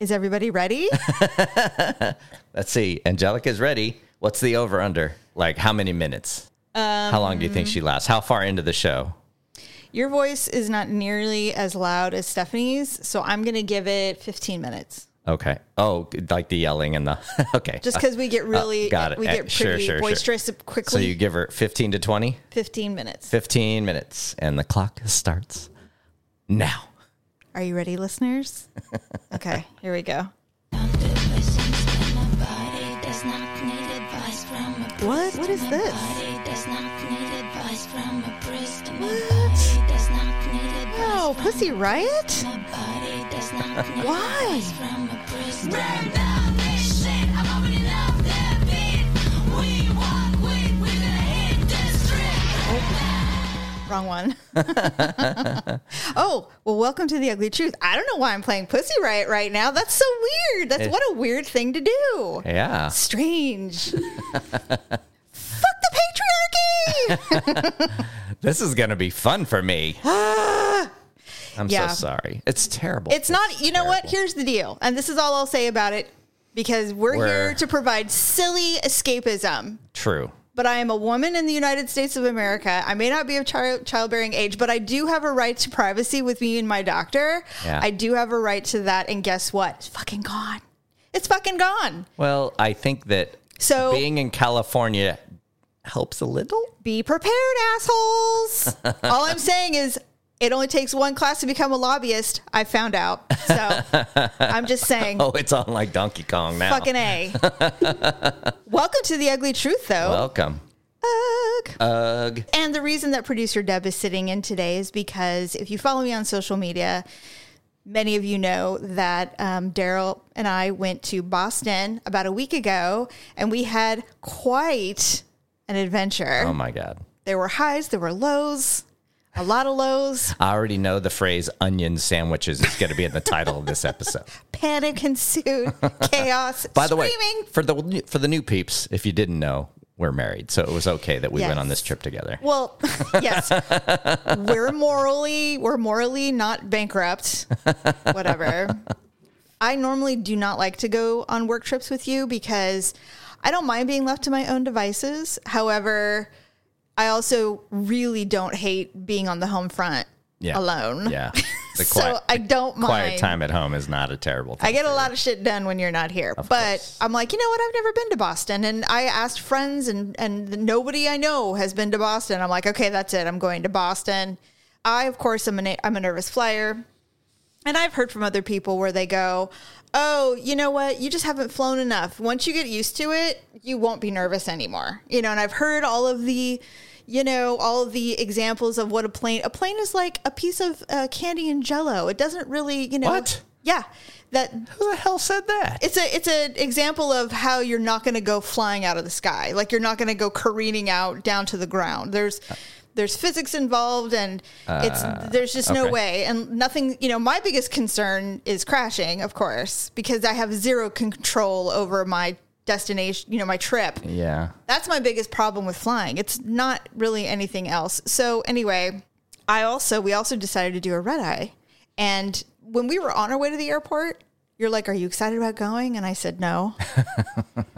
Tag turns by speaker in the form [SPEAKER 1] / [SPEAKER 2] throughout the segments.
[SPEAKER 1] Is everybody ready?
[SPEAKER 2] Let's see. Angelica's ready. What's the over under? Like, how many minutes? how long do you think she
[SPEAKER 1] Um,
[SPEAKER 2] lasts? How far into the show?
[SPEAKER 1] Your voice is not nearly as loud as Stephanie's, so I'm going to give it 15 minutes.
[SPEAKER 2] Okay. Oh, like the yelling and the. okay. Uh,
[SPEAKER 1] Just because we get really, uh,
[SPEAKER 2] got it.
[SPEAKER 1] we
[SPEAKER 2] Eh,
[SPEAKER 1] get pretty
[SPEAKER 2] sure, sure, sure.
[SPEAKER 1] boisterous
[SPEAKER 2] so
[SPEAKER 1] quickly.
[SPEAKER 2] you give her 15 to 20?
[SPEAKER 1] 15 minutes.
[SPEAKER 2] 15 minutes. And the clock starts now.
[SPEAKER 1] Are you ready, listeners? okay, here we go. What? What is this? Oh, Pussy Riot? Why? Wrong one. oh, well, welcome to the ugly truth. I don't know why I'm playing Pussy Riot right now. That's so weird.
[SPEAKER 2] Eh.
[SPEAKER 1] That's what a weird thing to do.
[SPEAKER 2] Yeah.
[SPEAKER 1] Strange. Fuck the patriarchy.
[SPEAKER 2] This is going to be fun for me. I'm
[SPEAKER 1] Ah! Yeah.
[SPEAKER 2] so sorry. It's terrible.
[SPEAKER 1] It's not, you know what? Here's the deal. And this is all I'll say about it because we're,
[SPEAKER 2] We're-
[SPEAKER 1] here to provide silly escapism.
[SPEAKER 2] true.
[SPEAKER 1] But I am a woman in the United States of America. I may not be of child, childbearing age, but I do have a right to privacy with me and my doctor.
[SPEAKER 2] Yeah.
[SPEAKER 1] I do have a right to that. And guess what? It's fucking gone. It's fucking gone.
[SPEAKER 2] Well, I think that
[SPEAKER 1] So-
[SPEAKER 2] being in California helps a little.
[SPEAKER 1] Be prepared, assholes. all I'm saying is it only takes one class to become a lobbyist. I found out. So I'm just saying.
[SPEAKER 2] Oh, it's on like Donkey Kong now.
[SPEAKER 1] Fucking A. Welcome to the ugly truth, though.
[SPEAKER 2] Welcome.
[SPEAKER 1] Ugh.
[SPEAKER 2] Ugh.
[SPEAKER 1] And the reason that producer Deb is sitting in today is because if you follow me on social media, many of you know that um, Daryl and I went to Boston about a week ago and we had quite an adventure.
[SPEAKER 2] Oh my God.
[SPEAKER 1] there were highs, there were lows, a lot of lows,
[SPEAKER 2] I already know the phrase onion sandwiches is going to be in the title of this episode.
[SPEAKER 1] panic ensued, chaos,
[SPEAKER 2] By the
[SPEAKER 1] screaming.
[SPEAKER 2] way, for the for the new peeps, if you didn't know, we're married, so it was okay that we went on
[SPEAKER 1] Yes.
[SPEAKER 2] this trip together.
[SPEAKER 1] Well, yes, we're morally we're morally not bankrupt. Whatever. I normally do not like to go on work trips with you because I don't mind being left to my own devices. However, I also really don't hate being on the home front alone.
[SPEAKER 2] Yeah. The
[SPEAKER 1] So
[SPEAKER 2] quiet,
[SPEAKER 1] I don't mind.
[SPEAKER 2] quiet time at home is not a terrible thing.
[SPEAKER 1] I get a lot of shit done when you're not here. but
[SPEAKER 2] course.
[SPEAKER 1] I'm like, you know what? I've never been to Boston. And I asked friends, and, and nobody I know has been to Boston. I'm like, okay, that's it. I'm going to Boston. I, of course, am a, I'm a nervous flyer. And I've heard from other people where they go, oh, you know what? You just haven't flown enough. Once you get used to it, you won't be nervous anymore. You know, and I've heard all of the. You know all of the examples of what a plane a plane is like a piece of uh, candy and jello. It doesn't really you know
[SPEAKER 2] What?
[SPEAKER 1] yeah that
[SPEAKER 2] Who the hell said that?
[SPEAKER 1] it's a it's an example of how you're not going to go flying out of the sky. Like you're not going to go careening out down to the ground. There's there's physics involved, and it's there's just no
[SPEAKER 2] okay.
[SPEAKER 1] way. And nothing, you know. My biggest concern is crashing, of course, because I have zero control over my destination. You know, my trip.
[SPEAKER 2] yeah.
[SPEAKER 1] That's my biggest problem with flying. It's not really anything else. So anyway, I also we also decided to do a red eye. And when we were on our way to the airport, you're like, "Are you excited about going?" And I said, "No."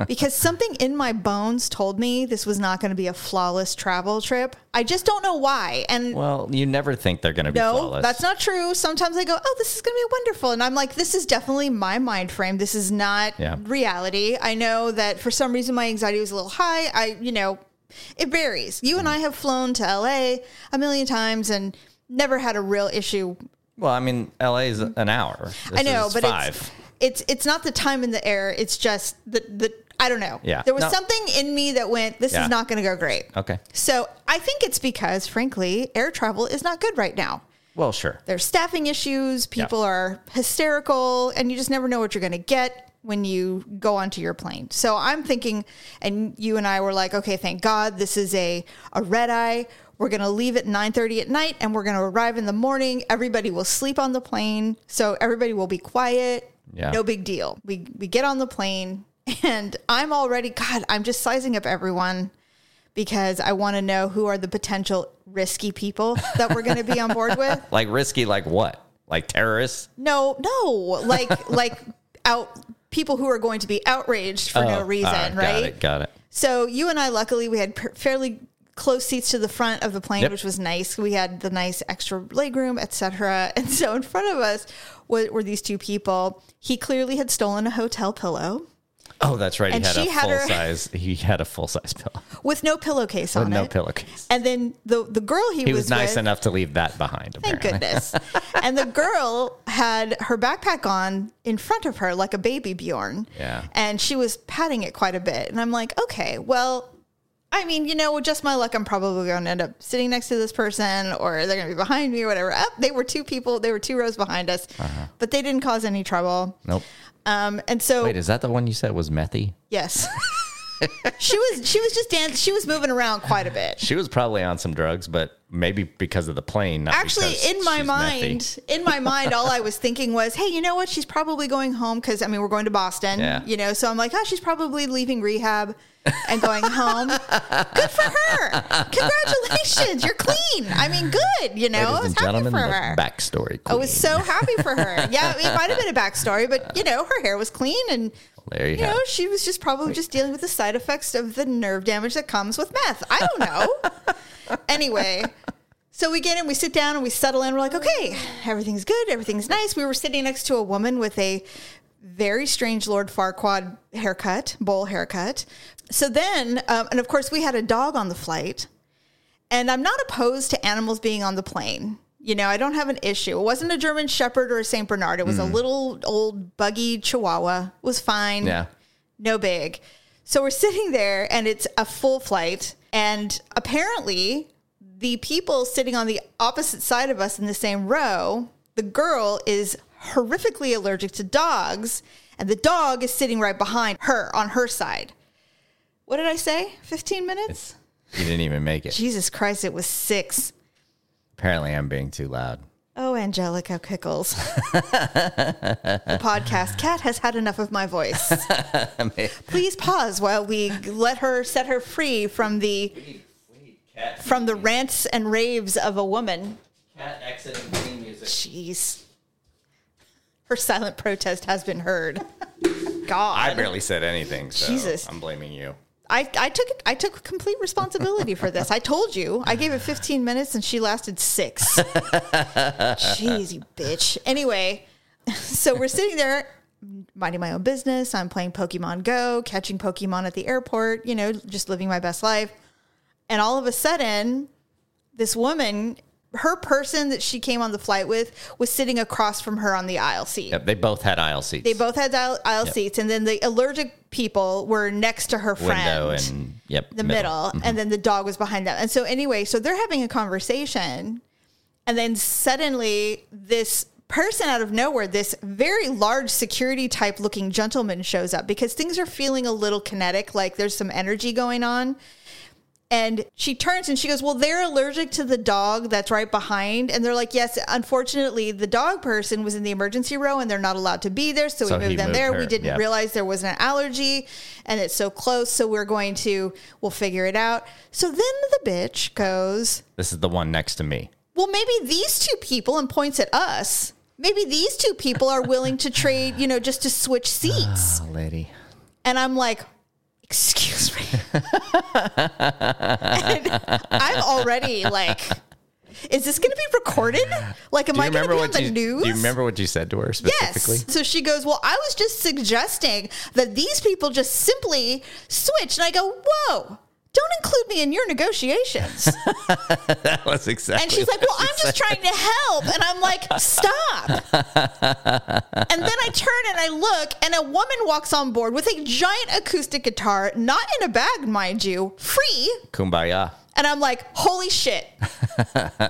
[SPEAKER 1] because something in my bones told me this was not going to be a flawless travel trip. I just don't know why. And
[SPEAKER 2] Well, you never think they're going to be
[SPEAKER 1] no,
[SPEAKER 2] flawless.
[SPEAKER 1] that's not true. Sometimes I go, "Oh, this is going to be wonderful," and I'm like, "This is definitely my mind frame. This is not
[SPEAKER 2] Yeah.
[SPEAKER 1] reality." I know that for some reason my anxiety was a little high. I, you know, it varies. You and
[SPEAKER 2] Mm.
[SPEAKER 1] I have flown to LA a million times and never had a real issue.
[SPEAKER 2] Well, I mean, LA is an hour. This
[SPEAKER 1] I know,
[SPEAKER 2] is
[SPEAKER 1] but
[SPEAKER 2] five.
[SPEAKER 1] it's it's it's not the time in the air. It's just the the I don't know.
[SPEAKER 2] Yeah.
[SPEAKER 1] there was
[SPEAKER 2] No.
[SPEAKER 1] something in me that went, "This
[SPEAKER 2] Yeah.
[SPEAKER 1] is not going to go great."
[SPEAKER 2] okay.
[SPEAKER 1] So I think it's because, frankly, air travel is not good right now.
[SPEAKER 2] Well, sure.
[SPEAKER 1] there's staffing issues, people
[SPEAKER 2] Yeah.
[SPEAKER 1] are hysterical, and you just never know what you're going to get when you go onto your plane. So I'm thinking, and you and I were like, okay, thank God this is a, a red eye. We're going to leave at 9:30 at night and we're going to arrive in the morning. Everybody will sleep on the plane, so everybody will be quiet.
[SPEAKER 2] Yeah.
[SPEAKER 1] No big deal. We we get on the plane and I'm already god, I'm just sizing up everyone because I want to know who are the potential risky people that we're going to be on board with.
[SPEAKER 2] Like risky, like what? Like terrorists?
[SPEAKER 1] No, no, like like out people who are going to be outraged for no
[SPEAKER 2] Oh,
[SPEAKER 1] reason,
[SPEAKER 2] all
[SPEAKER 1] right?
[SPEAKER 2] Got it. Got it.
[SPEAKER 1] So you and I, luckily, we had per- fairly close seats to the front of the plane,
[SPEAKER 2] Yep.
[SPEAKER 1] which was nice. We had the nice extra legroom, etc. And so in front of us wa- were these two people. He clearly had stolen a hotel pillow
[SPEAKER 2] Oh, that's right.
[SPEAKER 1] And
[SPEAKER 2] he had
[SPEAKER 1] she
[SPEAKER 2] a
[SPEAKER 1] had
[SPEAKER 2] full
[SPEAKER 1] her-
[SPEAKER 2] size. He had a full size pillow
[SPEAKER 1] with no pillowcase
[SPEAKER 2] with
[SPEAKER 1] on
[SPEAKER 2] no
[SPEAKER 1] it.
[SPEAKER 2] pillowcase.
[SPEAKER 1] And then the the girl he,
[SPEAKER 2] He was nice
[SPEAKER 1] with,
[SPEAKER 2] enough to leave that behind.
[SPEAKER 1] Thank
[SPEAKER 2] Apparently.
[SPEAKER 1] goodness. and the girl had her backpack on in front of her like a baby Bjorn.
[SPEAKER 2] Yeah.
[SPEAKER 1] And she was patting it quite a bit. And I'm like, okay, well, I mean, you know, with just my luck, I'm probably going to end up sitting next to this person or they're going to be behind me or whatever. Up, they were two people, they were two rows behind us,
[SPEAKER 2] Uh-huh.
[SPEAKER 1] but they didn't cause any trouble.
[SPEAKER 2] Nope.
[SPEAKER 1] Um, and so,
[SPEAKER 2] Wait, is that the one you said was methy?
[SPEAKER 1] yes. she was she was just dancing. She was moving around quite a bit.
[SPEAKER 2] She was probably on some drugs, but maybe because of the plane. Not
[SPEAKER 1] actually
[SPEAKER 2] because
[SPEAKER 1] in my
[SPEAKER 2] she's methy.
[SPEAKER 1] mind in my mind all i was thinking was hey you know what she's probably going home because i mean we're going to boston
[SPEAKER 2] Yeah.
[SPEAKER 1] you know so i'm like oh she's probably leaving rehab and going home good for her congratulations you're clean i mean good you know i
[SPEAKER 2] Ladies
[SPEAKER 1] was
[SPEAKER 2] and
[SPEAKER 1] happy
[SPEAKER 2] gentlemen,
[SPEAKER 1] for
[SPEAKER 2] the
[SPEAKER 1] her
[SPEAKER 2] backstory. Queen.
[SPEAKER 1] i was so happy for her yeah it might have been a backstory but you know her hair was clean and
[SPEAKER 2] there you,
[SPEAKER 1] you
[SPEAKER 2] have.
[SPEAKER 1] know
[SPEAKER 2] it.
[SPEAKER 1] she was just probably just dealing with the side effects of the nerve damage that comes with meth i don't know anyway so we get in we sit down and we settle in we're like okay everything's good everything's nice we were sitting next to a woman with a very strange lord farquaad haircut bowl haircut so then um, and of course we had a dog on the flight and i'm not opposed to animals being on the plane you know, I don't have an issue. It wasn't a German Shepherd or a Saint Bernard. It was a little old buggy Chihuahua. It was fine
[SPEAKER 2] Yeah.
[SPEAKER 1] no big. So we're sitting there and it's a full flight. And apparently, the people sitting on the opposite side of us in the same row, the girl is horrifically allergic to dogs, and the dog is sitting right behind her on her side. What did I say? 15 minutes?
[SPEAKER 2] You didn't even make it.
[SPEAKER 1] Jesus Christ, it was six.
[SPEAKER 2] Apparently, I'm being too loud.
[SPEAKER 1] Oh, Angelica Pickles. the podcast cat has had enough of my voice. Please pause while we let her set her free from the
[SPEAKER 2] Cat,
[SPEAKER 1] from the rants and raves of a woman.
[SPEAKER 2] cat exiting green music.
[SPEAKER 1] Jeez. Her silent protest has been heard.
[SPEAKER 2] I
[SPEAKER 1] God. I,
[SPEAKER 2] barely said anything. So
[SPEAKER 1] Jesus.
[SPEAKER 2] I'm blaming you.
[SPEAKER 1] I, took I took complete responsibility for this. I told you. I gave it 15 minutes and she lasted 6. Jeez, you bitch. Anyway, so we're sitting there minding my own business. I'm playing Pokemon Go, catching Pokemon at the airport, you know, just living my best life. And all of a sudden, this woman, her person that she came on the flight with, was sitting across from her on the aisle seat.
[SPEAKER 2] Yep, they both had aisle seats.
[SPEAKER 1] They both had aisle, aisle seats, and then the allergic people were next to her friend,
[SPEAKER 2] window and yep,
[SPEAKER 1] the middle, and then the dog was behind them. And so anyway, so they're having a conversation, and then suddenly this person out of nowhere, this very large security type looking gentleman shows up because things are feeling a little kinetic, like there's some energy going on. And she turns and she goes, Well, they're allergic to the dog that's right behind. And they're like, Yes, unfortunately, the dog person was in the emergency row and they're not allowed to be there. So,
[SPEAKER 2] So
[SPEAKER 1] we
[SPEAKER 2] he
[SPEAKER 1] moved them
[SPEAKER 2] moved
[SPEAKER 1] there.
[SPEAKER 2] her,
[SPEAKER 1] We didn't
[SPEAKER 2] yeah.
[SPEAKER 1] realize there was an allergy and it's so close. So we're going to, we'll figure it out. So then the bitch goes,
[SPEAKER 2] This is the one next to me.
[SPEAKER 1] well, maybe these two people, and points at us, maybe these two people are willing to trade, you know, just to switch seats.
[SPEAKER 2] Oh, lady.
[SPEAKER 1] And I'm like, excuse me. And I'm already like, is this going to be recorded? Like, am
[SPEAKER 2] Do you
[SPEAKER 1] I going to be
[SPEAKER 2] remember
[SPEAKER 1] on
[SPEAKER 2] what
[SPEAKER 1] the
[SPEAKER 2] you,
[SPEAKER 1] news?
[SPEAKER 2] Do you remember what you said to her specifically?
[SPEAKER 1] Yes. So she goes, Well, I was just suggesting that these people just simply switch. And I go, Whoa, don't include me in your negotiations.
[SPEAKER 2] That was exactly.
[SPEAKER 1] And she's like, Well, I'm just trying to help. And I'm like, Stop. And then I turn and I look, and a woman walks on board with a giant acoustic guitar, not in a bag, mind you, free.
[SPEAKER 2] Kumbaya.
[SPEAKER 1] And I'm like, Holy shit.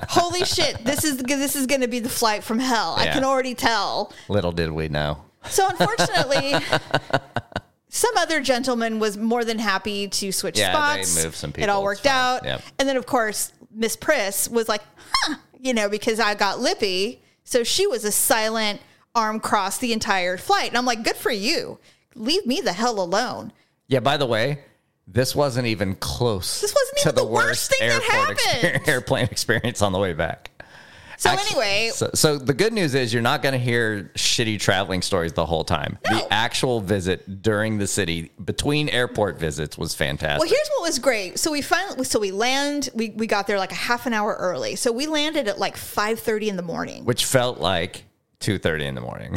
[SPEAKER 1] Holy shit. This is this is gonna be the flight from hell. I
[SPEAKER 2] Yeah.
[SPEAKER 1] can already tell.
[SPEAKER 2] Little did we know.
[SPEAKER 1] So unfortunately, some other gentleman was more than happy to switch
[SPEAKER 2] Yeah, they
[SPEAKER 1] spots.
[SPEAKER 2] moved some
[SPEAKER 1] It
[SPEAKER 2] people.
[SPEAKER 1] all
[SPEAKER 2] It's
[SPEAKER 1] worked
[SPEAKER 2] fine.
[SPEAKER 1] out.
[SPEAKER 2] Yep.
[SPEAKER 1] And then of course Miss Priss was like, huh, you know, because I got lippy. So she was a silent arm cross the entire flight. And I'm like, good for you. Leave me the hell alone.
[SPEAKER 2] Yeah. By the way, this wasn't even close.
[SPEAKER 1] This wasn't
[SPEAKER 2] to
[SPEAKER 1] even the worst thing that
[SPEAKER 2] airport exper-
[SPEAKER 1] happened.
[SPEAKER 2] airplane experience on the way back.
[SPEAKER 1] So
[SPEAKER 2] Actu-
[SPEAKER 1] anyway,
[SPEAKER 2] so, so the good news is you're not going to hear shitty traveling stories the whole time.
[SPEAKER 1] No.
[SPEAKER 2] The actual visit during the city between airport visits was fantastic.
[SPEAKER 1] well, here's what was great. So we finally, so we land. We we got there like a half an hour early. So we landed at like five thirty in the morning,
[SPEAKER 2] which felt like 2:30 in the morning.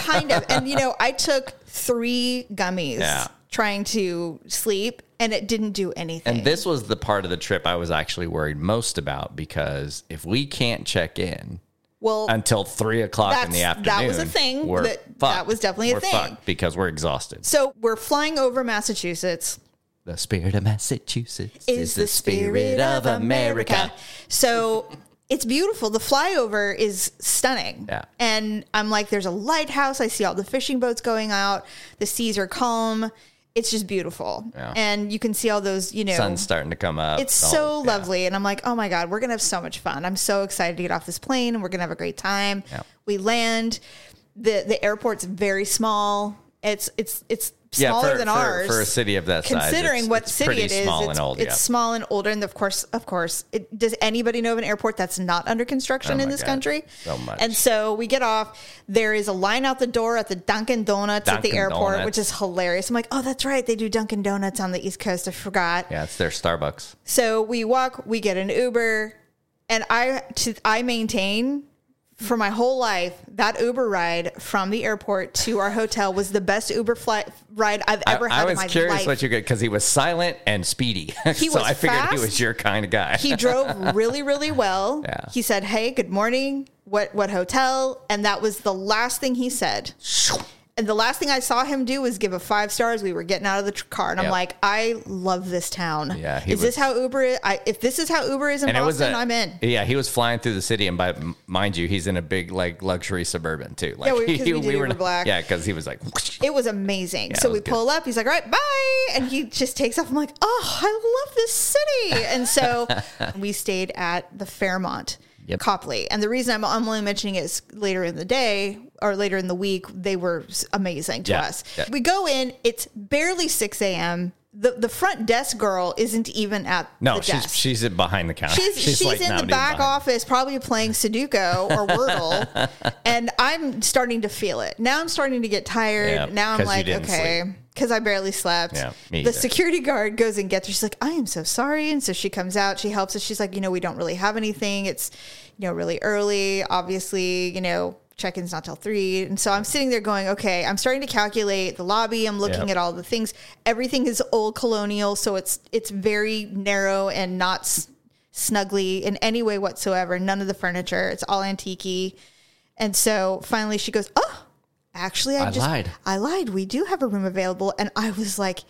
[SPEAKER 1] kind of. And you know, I took three gummies
[SPEAKER 2] Yeah.
[SPEAKER 1] trying to sleep, and it didn't do anything.
[SPEAKER 2] and this was the part of the trip I was actually worried most about because if we can't check in
[SPEAKER 1] well,
[SPEAKER 2] until three o'clock in the
[SPEAKER 1] That's-
[SPEAKER 2] afternoon,
[SPEAKER 1] that was a thing
[SPEAKER 2] we're
[SPEAKER 1] that-
[SPEAKER 2] fucked.
[SPEAKER 1] that was definitely a
[SPEAKER 2] We're
[SPEAKER 1] thing.
[SPEAKER 2] fucked because we're exhausted.
[SPEAKER 1] so we're flying over Massachusetts.
[SPEAKER 2] The spirit of Massachusetts
[SPEAKER 1] is the spirit of America. So it's beautiful. The flyover is stunning.
[SPEAKER 2] Yeah.
[SPEAKER 1] And I'm like, there's a lighthouse. I see all the fishing boats going out. The seas are calm. It's just beautiful.
[SPEAKER 2] Yeah.
[SPEAKER 1] And you can see all those, you know,
[SPEAKER 2] Sun's starting to come up.
[SPEAKER 1] it's
[SPEAKER 2] The
[SPEAKER 1] so
[SPEAKER 2] whole- yeah.
[SPEAKER 1] lovely. And I'm like, oh my God, we're going to have so much fun. I'm so excited to get off this plane and we're going to have a great time.
[SPEAKER 2] Yeah.
[SPEAKER 1] We land. The the airport's very small. It's it's it's
[SPEAKER 2] Yeah,
[SPEAKER 1] smaller
[SPEAKER 2] for,
[SPEAKER 1] than
[SPEAKER 2] for,
[SPEAKER 1] ours
[SPEAKER 2] for a city of that size,
[SPEAKER 1] considering
[SPEAKER 2] it's-
[SPEAKER 1] what
[SPEAKER 2] it's
[SPEAKER 1] city
[SPEAKER 2] pretty
[SPEAKER 1] it is,
[SPEAKER 2] small
[SPEAKER 1] it's,
[SPEAKER 2] and old.
[SPEAKER 1] it's
[SPEAKER 2] yeah.
[SPEAKER 1] small and older. And of course, of course, it, does anybody know of an airport that's not under construction in
[SPEAKER 2] Oh my
[SPEAKER 1] this
[SPEAKER 2] God.
[SPEAKER 1] country?
[SPEAKER 2] So much.
[SPEAKER 1] And so we get off. There is a line out the door at the Dunkin' Donuts at the
[SPEAKER 2] Dunkin'
[SPEAKER 1] airport,
[SPEAKER 2] Donuts.
[SPEAKER 1] which is hilarious. I'm like, oh, that's right, they do Dunkin' Donuts on the East Coast. I forgot.
[SPEAKER 2] Yeah, it's their Starbucks.
[SPEAKER 1] So we walk, we get an Uber, and I to, I maintain for my whole life that Uber ride from the airport to our hotel was the best Uber flight ride I've
[SPEAKER 2] I,
[SPEAKER 1] ever
[SPEAKER 2] I
[SPEAKER 1] had in
[SPEAKER 2] was
[SPEAKER 1] my
[SPEAKER 2] curious
[SPEAKER 1] life.
[SPEAKER 2] what you could because he was silent and speedy.
[SPEAKER 1] He
[SPEAKER 2] so
[SPEAKER 1] was
[SPEAKER 2] I figured he
[SPEAKER 1] fast.
[SPEAKER 2] was your kind of guy.
[SPEAKER 1] he drove really really well
[SPEAKER 2] Yeah.
[SPEAKER 1] he said hey good morning what what hotel and that was the last thing he said and the last thing i saw him do was give a five stars we were getting out of the tr- car and i'm
[SPEAKER 2] Yep.
[SPEAKER 1] like i love this town
[SPEAKER 2] Yeah,
[SPEAKER 1] is
[SPEAKER 2] he
[SPEAKER 1] this
[SPEAKER 2] was-
[SPEAKER 1] how uber is I, if this is how uber is in
[SPEAKER 2] and it was
[SPEAKER 1] boston
[SPEAKER 2] a-
[SPEAKER 1] i'm in
[SPEAKER 2] Yeah, he was flying through the city, and by m- mind you, he's in a big like luxury suburban too. Like
[SPEAKER 1] we- 'cause we did Uber
[SPEAKER 2] not-
[SPEAKER 1] Black.
[SPEAKER 2] Yeah, because he was like,
[SPEAKER 1] it was amazing. so
[SPEAKER 2] it
[SPEAKER 1] we
[SPEAKER 2] was good.
[SPEAKER 1] pull up. He's like, "All right, bye," and he just takes off. I'm like, "Oh, I love this city!" And so we stayed at the Fairmont
[SPEAKER 2] Yep.
[SPEAKER 1] Copley. And the reason I'm, I'm only mentioning it is later in the day or later in the week, they were s- amazing to
[SPEAKER 2] Yeah,
[SPEAKER 1] us.
[SPEAKER 2] yeah.
[SPEAKER 1] We go in. It's barely 6 a.m. The, the front desk girl isn't even at
[SPEAKER 2] no,
[SPEAKER 1] the desk.
[SPEAKER 2] she's she's behind the counter.
[SPEAKER 1] She's, she's,
[SPEAKER 2] like,
[SPEAKER 1] in
[SPEAKER 2] not
[SPEAKER 1] the
[SPEAKER 2] even
[SPEAKER 1] back
[SPEAKER 2] behind.
[SPEAKER 1] office, probably playing Sudoku or Wordle, and I'm starting to feel it. Now I'm starting to get tired.
[SPEAKER 2] Yeah,
[SPEAKER 1] now I'm
[SPEAKER 2] 'cause you
[SPEAKER 1] like,
[SPEAKER 2] didn't
[SPEAKER 1] okay, because I barely slept.
[SPEAKER 2] Yeah, me
[SPEAKER 1] the
[SPEAKER 2] either.
[SPEAKER 1] security guard goes and gets her. She's like, I am so sorry. And so she comes out. She helps us. She's like, you know, we don't really have anything. It's, you know, really early. Obviously, you know. Check-ins not till three, and so I'm sitting there going, okay. I'm starting to calculate the lobby. I'm looking
[SPEAKER 2] Yep.
[SPEAKER 1] at all the things. Everything is old colonial, so it's it's very narrow and not s- snugly in any way whatsoever. None of the furniture. It's all antique. And so finally she goes, Oh, actually I,
[SPEAKER 2] I
[SPEAKER 1] just
[SPEAKER 2] lied.
[SPEAKER 1] I lied. We do have a room available. And I was like,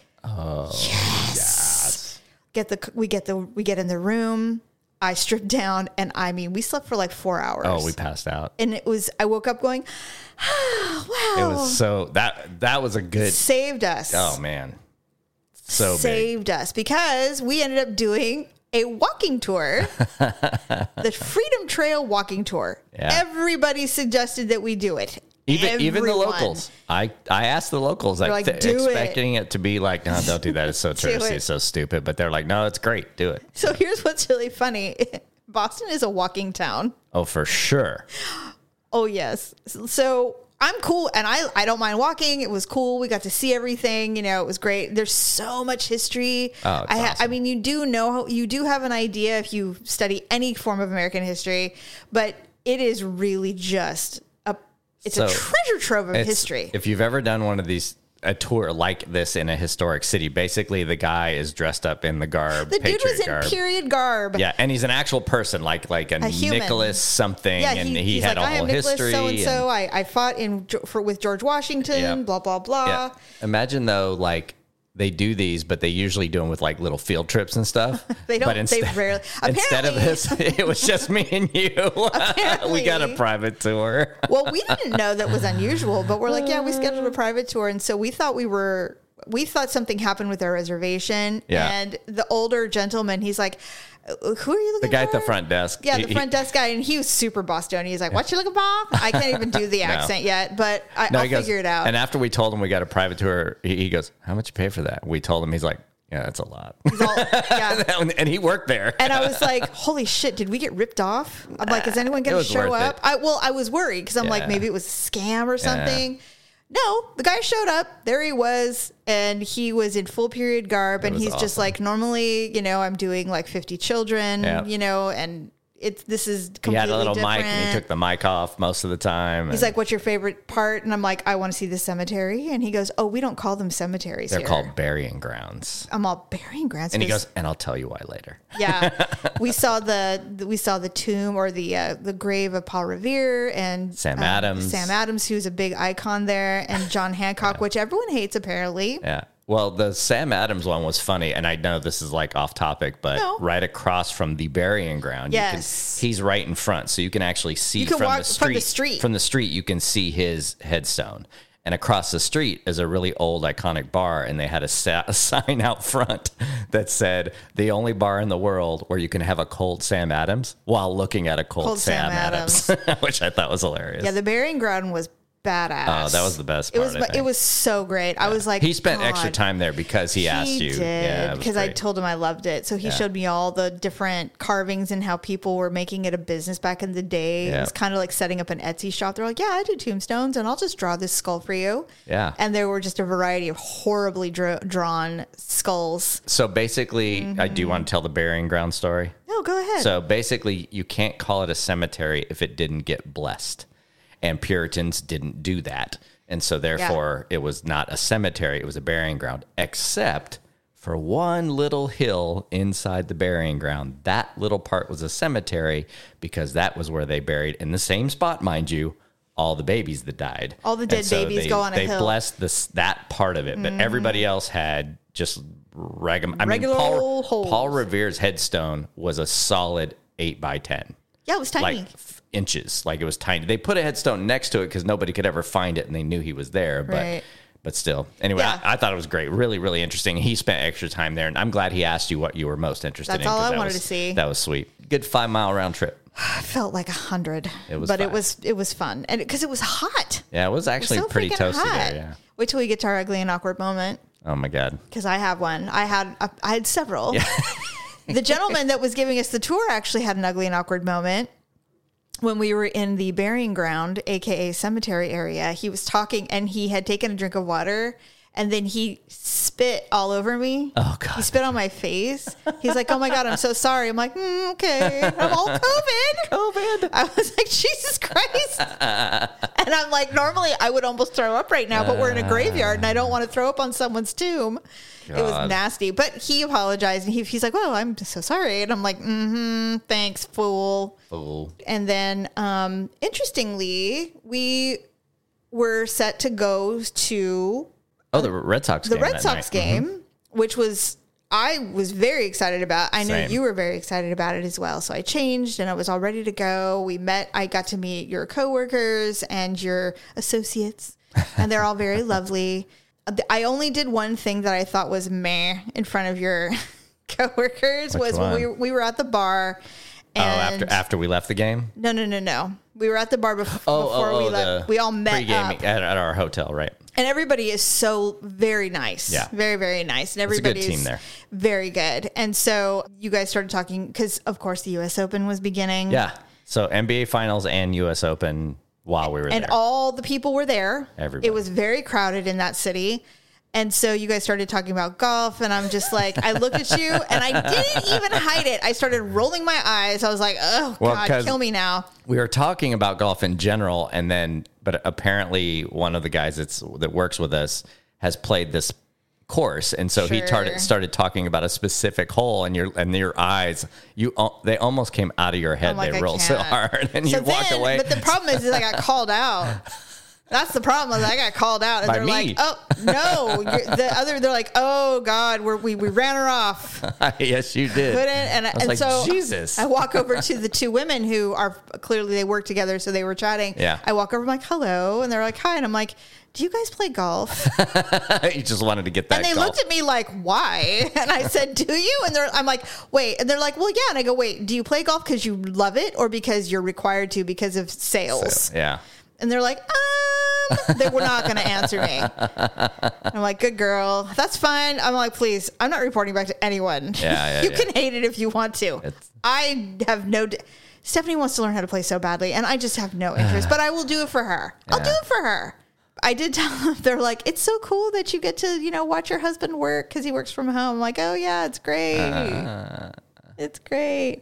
[SPEAKER 2] Yes.
[SPEAKER 1] get the we get the we get in the room. I stripped down and I mean we slept for like four hours.
[SPEAKER 2] Oh, we passed out.
[SPEAKER 1] and it was I woke up going,
[SPEAKER 2] It was so that that was a good.
[SPEAKER 1] saved us.
[SPEAKER 2] Oh man, so big.
[SPEAKER 1] saved us because we ended up doing a walking tour, the Freedom Trail walking tour.
[SPEAKER 2] Yeah.
[SPEAKER 1] Everybody suggested that we do it.
[SPEAKER 2] Even even the
[SPEAKER 1] Everyone.
[SPEAKER 2] locals. I I asked the locals like,
[SPEAKER 1] like,
[SPEAKER 2] th-
[SPEAKER 1] "Do it."
[SPEAKER 2] expecting it. to be like, no, don't do that. It's so touristy,
[SPEAKER 1] it.
[SPEAKER 2] it's so stupid. But they're like, no, it's great. Do it.
[SPEAKER 1] So here's what's really funny Boston is a walking town.
[SPEAKER 2] Oh, for sure.
[SPEAKER 1] Oh, yes. So I'm cool and I, I don't mind walking. It was cool. We got to see everything. You know, it was great. There's so much history.
[SPEAKER 2] Oh, it's
[SPEAKER 1] I, ha- I
[SPEAKER 2] awesome.
[SPEAKER 1] mean, you do know, you do have an idea if you study any form of American history, but it is really just a, it's a
[SPEAKER 2] So,
[SPEAKER 1] treasure trove of
[SPEAKER 2] It's-
[SPEAKER 1] history.
[SPEAKER 2] If you've ever done one of these a tour like this in a historic city, basically the guy is dressed up in the garb.
[SPEAKER 1] the dude was in
[SPEAKER 2] garb.
[SPEAKER 1] period garb.
[SPEAKER 2] yeah, and he's an actual person, like like a,
[SPEAKER 1] human.
[SPEAKER 2] Nicholas something,
[SPEAKER 1] Yeah,
[SPEAKER 2] and he,
[SPEAKER 1] he's
[SPEAKER 2] had
[SPEAKER 1] like,
[SPEAKER 2] a whole
[SPEAKER 1] I am Nicholas
[SPEAKER 2] history.
[SPEAKER 1] So and
[SPEAKER 2] and-
[SPEAKER 1] so, I I fought in Ge- for with George Washington.
[SPEAKER 2] Yeah.
[SPEAKER 1] Blah blah blah.
[SPEAKER 2] Yeah. Imagine though, like they do these, but they usually do them with like little field trips and stuff.
[SPEAKER 1] They don't-
[SPEAKER 2] But
[SPEAKER 1] they rarely-
[SPEAKER 2] Instead of this, it was just me and you. we got
[SPEAKER 1] Apparently.
[SPEAKER 2] a private tour.
[SPEAKER 1] Well, we didn't know that was unusual, but we're like, yeah, we scheduled a private tour, and so we thought we were. We thought something happened with our reservation,
[SPEAKER 2] Yeah.
[SPEAKER 1] and the older gentleman, he's like, "Uh, "Who are you looking?"
[SPEAKER 2] The guy at the
[SPEAKER 1] for?"
[SPEAKER 2] front desk.
[SPEAKER 1] Yeah,
[SPEAKER 2] he-
[SPEAKER 1] the
[SPEAKER 2] he-
[SPEAKER 1] front desk guy, and he was super Bostonian. He's like, "What you looking for?" I can't even do the accent yet, but I,
[SPEAKER 2] no,
[SPEAKER 1] I'll
[SPEAKER 2] he goes-
[SPEAKER 1] figure it out.
[SPEAKER 2] And after we told him we got a private tour, he, he goes, "How much you pay for that?" We told him. He's like, Yeah, that's a lot.
[SPEAKER 1] He's all- yeah.
[SPEAKER 2] and he worked there.
[SPEAKER 1] And I was like, holy shit, did we get ripped off? I'm like, is anyone going to
[SPEAKER 2] was
[SPEAKER 1] show
[SPEAKER 2] worth it.
[SPEAKER 1] up? I, well, I was worried because I'm
[SPEAKER 2] Yeah.
[SPEAKER 1] like, maybe it was a scam or something. No, the guy showed up. There he was. And he was in full period garb. And
[SPEAKER 2] was
[SPEAKER 1] he's just
[SPEAKER 2] awesome.
[SPEAKER 1] like, normally, you know, I'm doing like 50 children,
[SPEAKER 2] Yep.
[SPEAKER 1] you know, and it's this is
[SPEAKER 2] He
[SPEAKER 1] completely
[SPEAKER 2] had a little
[SPEAKER 1] different.
[SPEAKER 2] mic and he took the mic off most of the time.
[SPEAKER 1] He's like, what's your favorite part? And I'm like, I want to see the cemetery. And he goes, oh, we don't call them cemeteries
[SPEAKER 2] they're
[SPEAKER 1] here.
[SPEAKER 2] called burying grounds.
[SPEAKER 1] I'm all burying grounds.
[SPEAKER 2] And he
[SPEAKER 1] 'cause-
[SPEAKER 2] goes, and I'll tell you why later.
[SPEAKER 1] Yeah, we saw the we saw the tomb or the uh, the grave of Paul Revere and
[SPEAKER 2] Sam
[SPEAKER 1] uh,
[SPEAKER 2] Adams.
[SPEAKER 1] Sam Adams, who's a big icon there, and John Hancock, which everyone hates apparently.
[SPEAKER 2] Yeah. Well, the Sam Adams one was funny, and I know this is like off topic, but
[SPEAKER 1] No.
[SPEAKER 2] right across from the burying ground,
[SPEAKER 1] Yes.
[SPEAKER 2] you can, he's right in front, so you can actually see
[SPEAKER 1] can
[SPEAKER 2] from, the
[SPEAKER 1] walk-
[SPEAKER 2] street,
[SPEAKER 1] from the street.
[SPEAKER 2] From the street, you can see his headstone, and across the street is a really old iconic bar, and they had a, sa- a sign out front that said, "The only bar in the world where you can have a cold Sam Adams while looking at a cold,
[SPEAKER 1] Cold
[SPEAKER 2] Sam,
[SPEAKER 1] Sam
[SPEAKER 2] Adams," which I thought was hilarious.
[SPEAKER 1] Yeah, the burying ground was badass.
[SPEAKER 2] Oh, that was the best
[SPEAKER 1] It
[SPEAKER 2] part,
[SPEAKER 1] was
[SPEAKER 2] I
[SPEAKER 1] bu- it
[SPEAKER 2] think.
[SPEAKER 1] was so great. I was like,
[SPEAKER 2] he spent
[SPEAKER 1] "God,
[SPEAKER 2] extra time there because he, asked
[SPEAKER 1] He
[SPEAKER 2] you. it
[SPEAKER 1] did
[SPEAKER 2] was
[SPEAKER 1] because I
[SPEAKER 2] great.
[SPEAKER 1] told him I loved it. So he showed me all the different carvings and how people were making it a business back in the day.
[SPEAKER 2] Yeah.
[SPEAKER 1] It's kind of like setting up an Etsy shop. They're like, "Yeah, I do tombstones, and I'll just draw this skull for you."
[SPEAKER 2] Yeah.
[SPEAKER 1] and there were just a variety of horribly dra- drawn skulls.
[SPEAKER 2] So basically, I
[SPEAKER 1] Mm-hmm.
[SPEAKER 2] do want to tell the burying ground story.
[SPEAKER 1] No, go ahead.
[SPEAKER 2] So basically, you can't call it a cemetery if it didn't get blessed. And Puritans didn't do that. And so therefore, it was not a cemetery, it was a burying ground, except for one little hill inside the burying ground. That little part was a cemetery because that was where they buried, in the same spot, mind you, all the babies that died.
[SPEAKER 1] All the
[SPEAKER 2] And
[SPEAKER 1] dead babies
[SPEAKER 2] they,
[SPEAKER 1] go on a
[SPEAKER 2] they
[SPEAKER 1] hill.
[SPEAKER 2] blessed this, that part of it, but everybody else had just ragam- I
[SPEAKER 1] Mm-hmm. Regular
[SPEAKER 2] mean, Paul,
[SPEAKER 1] old holes.
[SPEAKER 2] Paul Revere's headstone was a solid eight by ten,
[SPEAKER 1] yeah, it was tiny.
[SPEAKER 2] like f- inches, like it was tiny. They put a headstone next to it because nobody could ever find it, and they knew he was there. But
[SPEAKER 1] Right.
[SPEAKER 2] but still, anyway,
[SPEAKER 1] Yeah.
[SPEAKER 2] I, I thought it was great, really, really interesting. He spent extra time there, and I'm glad he asked you what you were most interested
[SPEAKER 1] That's
[SPEAKER 2] in.
[SPEAKER 1] all
[SPEAKER 2] 'cause
[SPEAKER 1] I
[SPEAKER 2] that
[SPEAKER 1] wanted
[SPEAKER 2] was-
[SPEAKER 1] to see.
[SPEAKER 2] That was sweet. Good five mile round trip.
[SPEAKER 1] I felt like a hundred. It
[SPEAKER 2] was
[SPEAKER 1] but
[SPEAKER 2] fine.
[SPEAKER 1] it was it was fun, and because it was hot.
[SPEAKER 2] Yeah, it was actually
[SPEAKER 1] so
[SPEAKER 2] pretty
[SPEAKER 1] freaking
[SPEAKER 2] toasty
[SPEAKER 1] hot.
[SPEAKER 2] there. Yeah.
[SPEAKER 1] Wait till we get to our ugly and awkward moment.
[SPEAKER 2] Oh my god.
[SPEAKER 1] because I have one. I had I had several. the gentleman that was giving us the tour actually had an ugly and awkward moment when we were in the burying ground, aka cemetery area. He was talking and he had taken a drink of water and then he spit all over me.
[SPEAKER 2] Oh, God.
[SPEAKER 1] He spit on my face. He's like, "Oh my god, I'm so sorry." I'm like, mm, "Okay, I'm all COVID." COVID. I was like, "Jesus Christ." And I'm like, normally I would almost throw up right now, but we're in a graveyard and I don't want to throw up on someone's tomb. It
[SPEAKER 2] God.
[SPEAKER 1] was nasty. But he apologized and he, he's like, well, I'm so sorry. And I'm like, mm-hmm, thanks, fool.
[SPEAKER 2] Fool.
[SPEAKER 1] And then, um, interestingly, we were set to go to
[SPEAKER 2] Oh, the Red Sox.
[SPEAKER 1] the
[SPEAKER 2] game
[SPEAKER 1] Red
[SPEAKER 2] that
[SPEAKER 1] Sox
[SPEAKER 2] night. Mm-hmm.
[SPEAKER 1] game, which was I was very excited about. I know
[SPEAKER 2] Same.
[SPEAKER 1] you were very excited about it as well. So I changed and I was all ready to go. We met. I got to meet your coworkers and your associates, and they're all very lovely. I only did one thing that I thought was meh in front of your coworkers was when we,
[SPEAKER 2] one?
[SPEAKER 1] we were at the bar.
[SPEAKER 2] Oh,
[SPEAKER 1] And
[SPEAKER 2] after after we left the game.
[SPEAKER 1] no, no, no, no. We were at the bar bef-
[SPEAKER 2] Oh,
[SPEAKER 1] before
[SPEAKER 2] oh, oh,
[SPEAKER 1] we left.
[SPEAKER 2] the
[SPEAKER 1] We all met
[SPEAKER 2] pre-game
[SPEAKER 1] up,
[SPEAKER 2] at, at our hotel, right?
[SPEAKER 1] and everybody is so very nice.
[SPEAKER 2] Yeah.
[SPEAKER 1] Very, very nice. And
[SPEAKER 2] a good
[SPEAKER 1] everybody
[SPEAKER 2] team
[SPEAKER 1] is
[SPEAKER 2] there.
[SPEAKER 1] very good. And so you guys started talking because, of course, the U.S. Open was beginning.
[SPEAKER 2] Yeah. So NBA Finals and U.S. Open while we were
[SPEAKER 1] And
[SPEAKER 2] there.
[SPEAKER 1] all the people were there.
[SPEAKER 2] Everybody.
[SPEAKER 1] It was very crowded in that city. And so you guys started talking about golf, and I'm just like, I looked at you, and I didn't even hide it. I started rolling my eyes. I was like, oh,
[SPEAKER 2] Well,
[SPEAKER 1] God,
[SPEAKER 2] 'cause-
[SPEAKER 1] kill me now.
[SPEAKER 2] we were talking about golf in general, and then, but apparently, one of the guys that's that works with us has played this course, and so he
[SPEAKER 1] Sure.
[SPEAKER 2] started started talking about a specific hole, and your and your eyes, you al- they almost came out of your head.
[SPEAKER 1] like,
[SPEAKER 2] they
[SPEAKER 1] I
[SPEAKER 2] rolled so
[SPEAKER 1] can't.
[SPEAKER 2] hard, and
[SPEAKER 1] So
[SPEAKER 2] you walked
[SPEAKER 1] then-
[SPEAKER 2] away.
[SPEAKER 1] But the problem is, is I got called out. That's the problem. is I got called out, and
[SPEAKER 2] By
[SPEAKER 1] they're
[SPEAKER 2] me.
[SPEAKER 1] like, "Oh no!" You're, the other, they're like, "Oh God, we're, we we ran her off."
[SPEAKER 2] yes, you did.
[SPEAKER 1] Couldn't, and I,
[SPEAKER 2] was
[SPEAKER 1] and
[SPEAKER 2] like,
[SPEAKER 1] so
[SPEAKER 2] Jesus.
[SPEAKER 1] I walk over to the two women who are clearly they work together, so they were chatting.
[SPEAKER 2] Yeah.
[SPEAKER 1] I walk over, I'm like, "Hello," and they're like, "Hi," and I'm like, "Do you guys play golf?"
[SPEAKER 2] you just wanted to get that.
[SPEAKER 1] And they
[SPEAKER 2] golf.
[SPEAKER 1] looked at me like, "Why?" And I said, "Do you?" And they're, I'm like, "Wait," and they're like, "Well, yeah." And I go, "Wait, do you play golf because you love it, or because you're required to because of sales?"
[SPEAKER 2] Yeah.
[SPEAKER 1] And they're like, um, they were not going to answer me. I'm like, good girl. That's fine. I'm like, please, I'm not reporting back to anyone.
[SPEAKER 2] Yeah, yeah,
[SPEAKER 1] you
[SPEAKER 2] yeah.
[SPEAKER 1] can hate it if you want to.
[SPEAKER 2] It's-
[SPEAKER 1] I have no. d- Stephanie wants to learn how to play so badly, and I just have no interest, but I will do it for her. I'll do
[SPEAKER 2] Yeah.
[SPEAKER 1] it for her. I did tell them, they're like, it's so cool that you get to, you know, watch your husband work because he works from home. I'm like, oh, yeah, it's great.
[SPEAKER 2] Uh-huh.
[SPEAKER 1] It's great.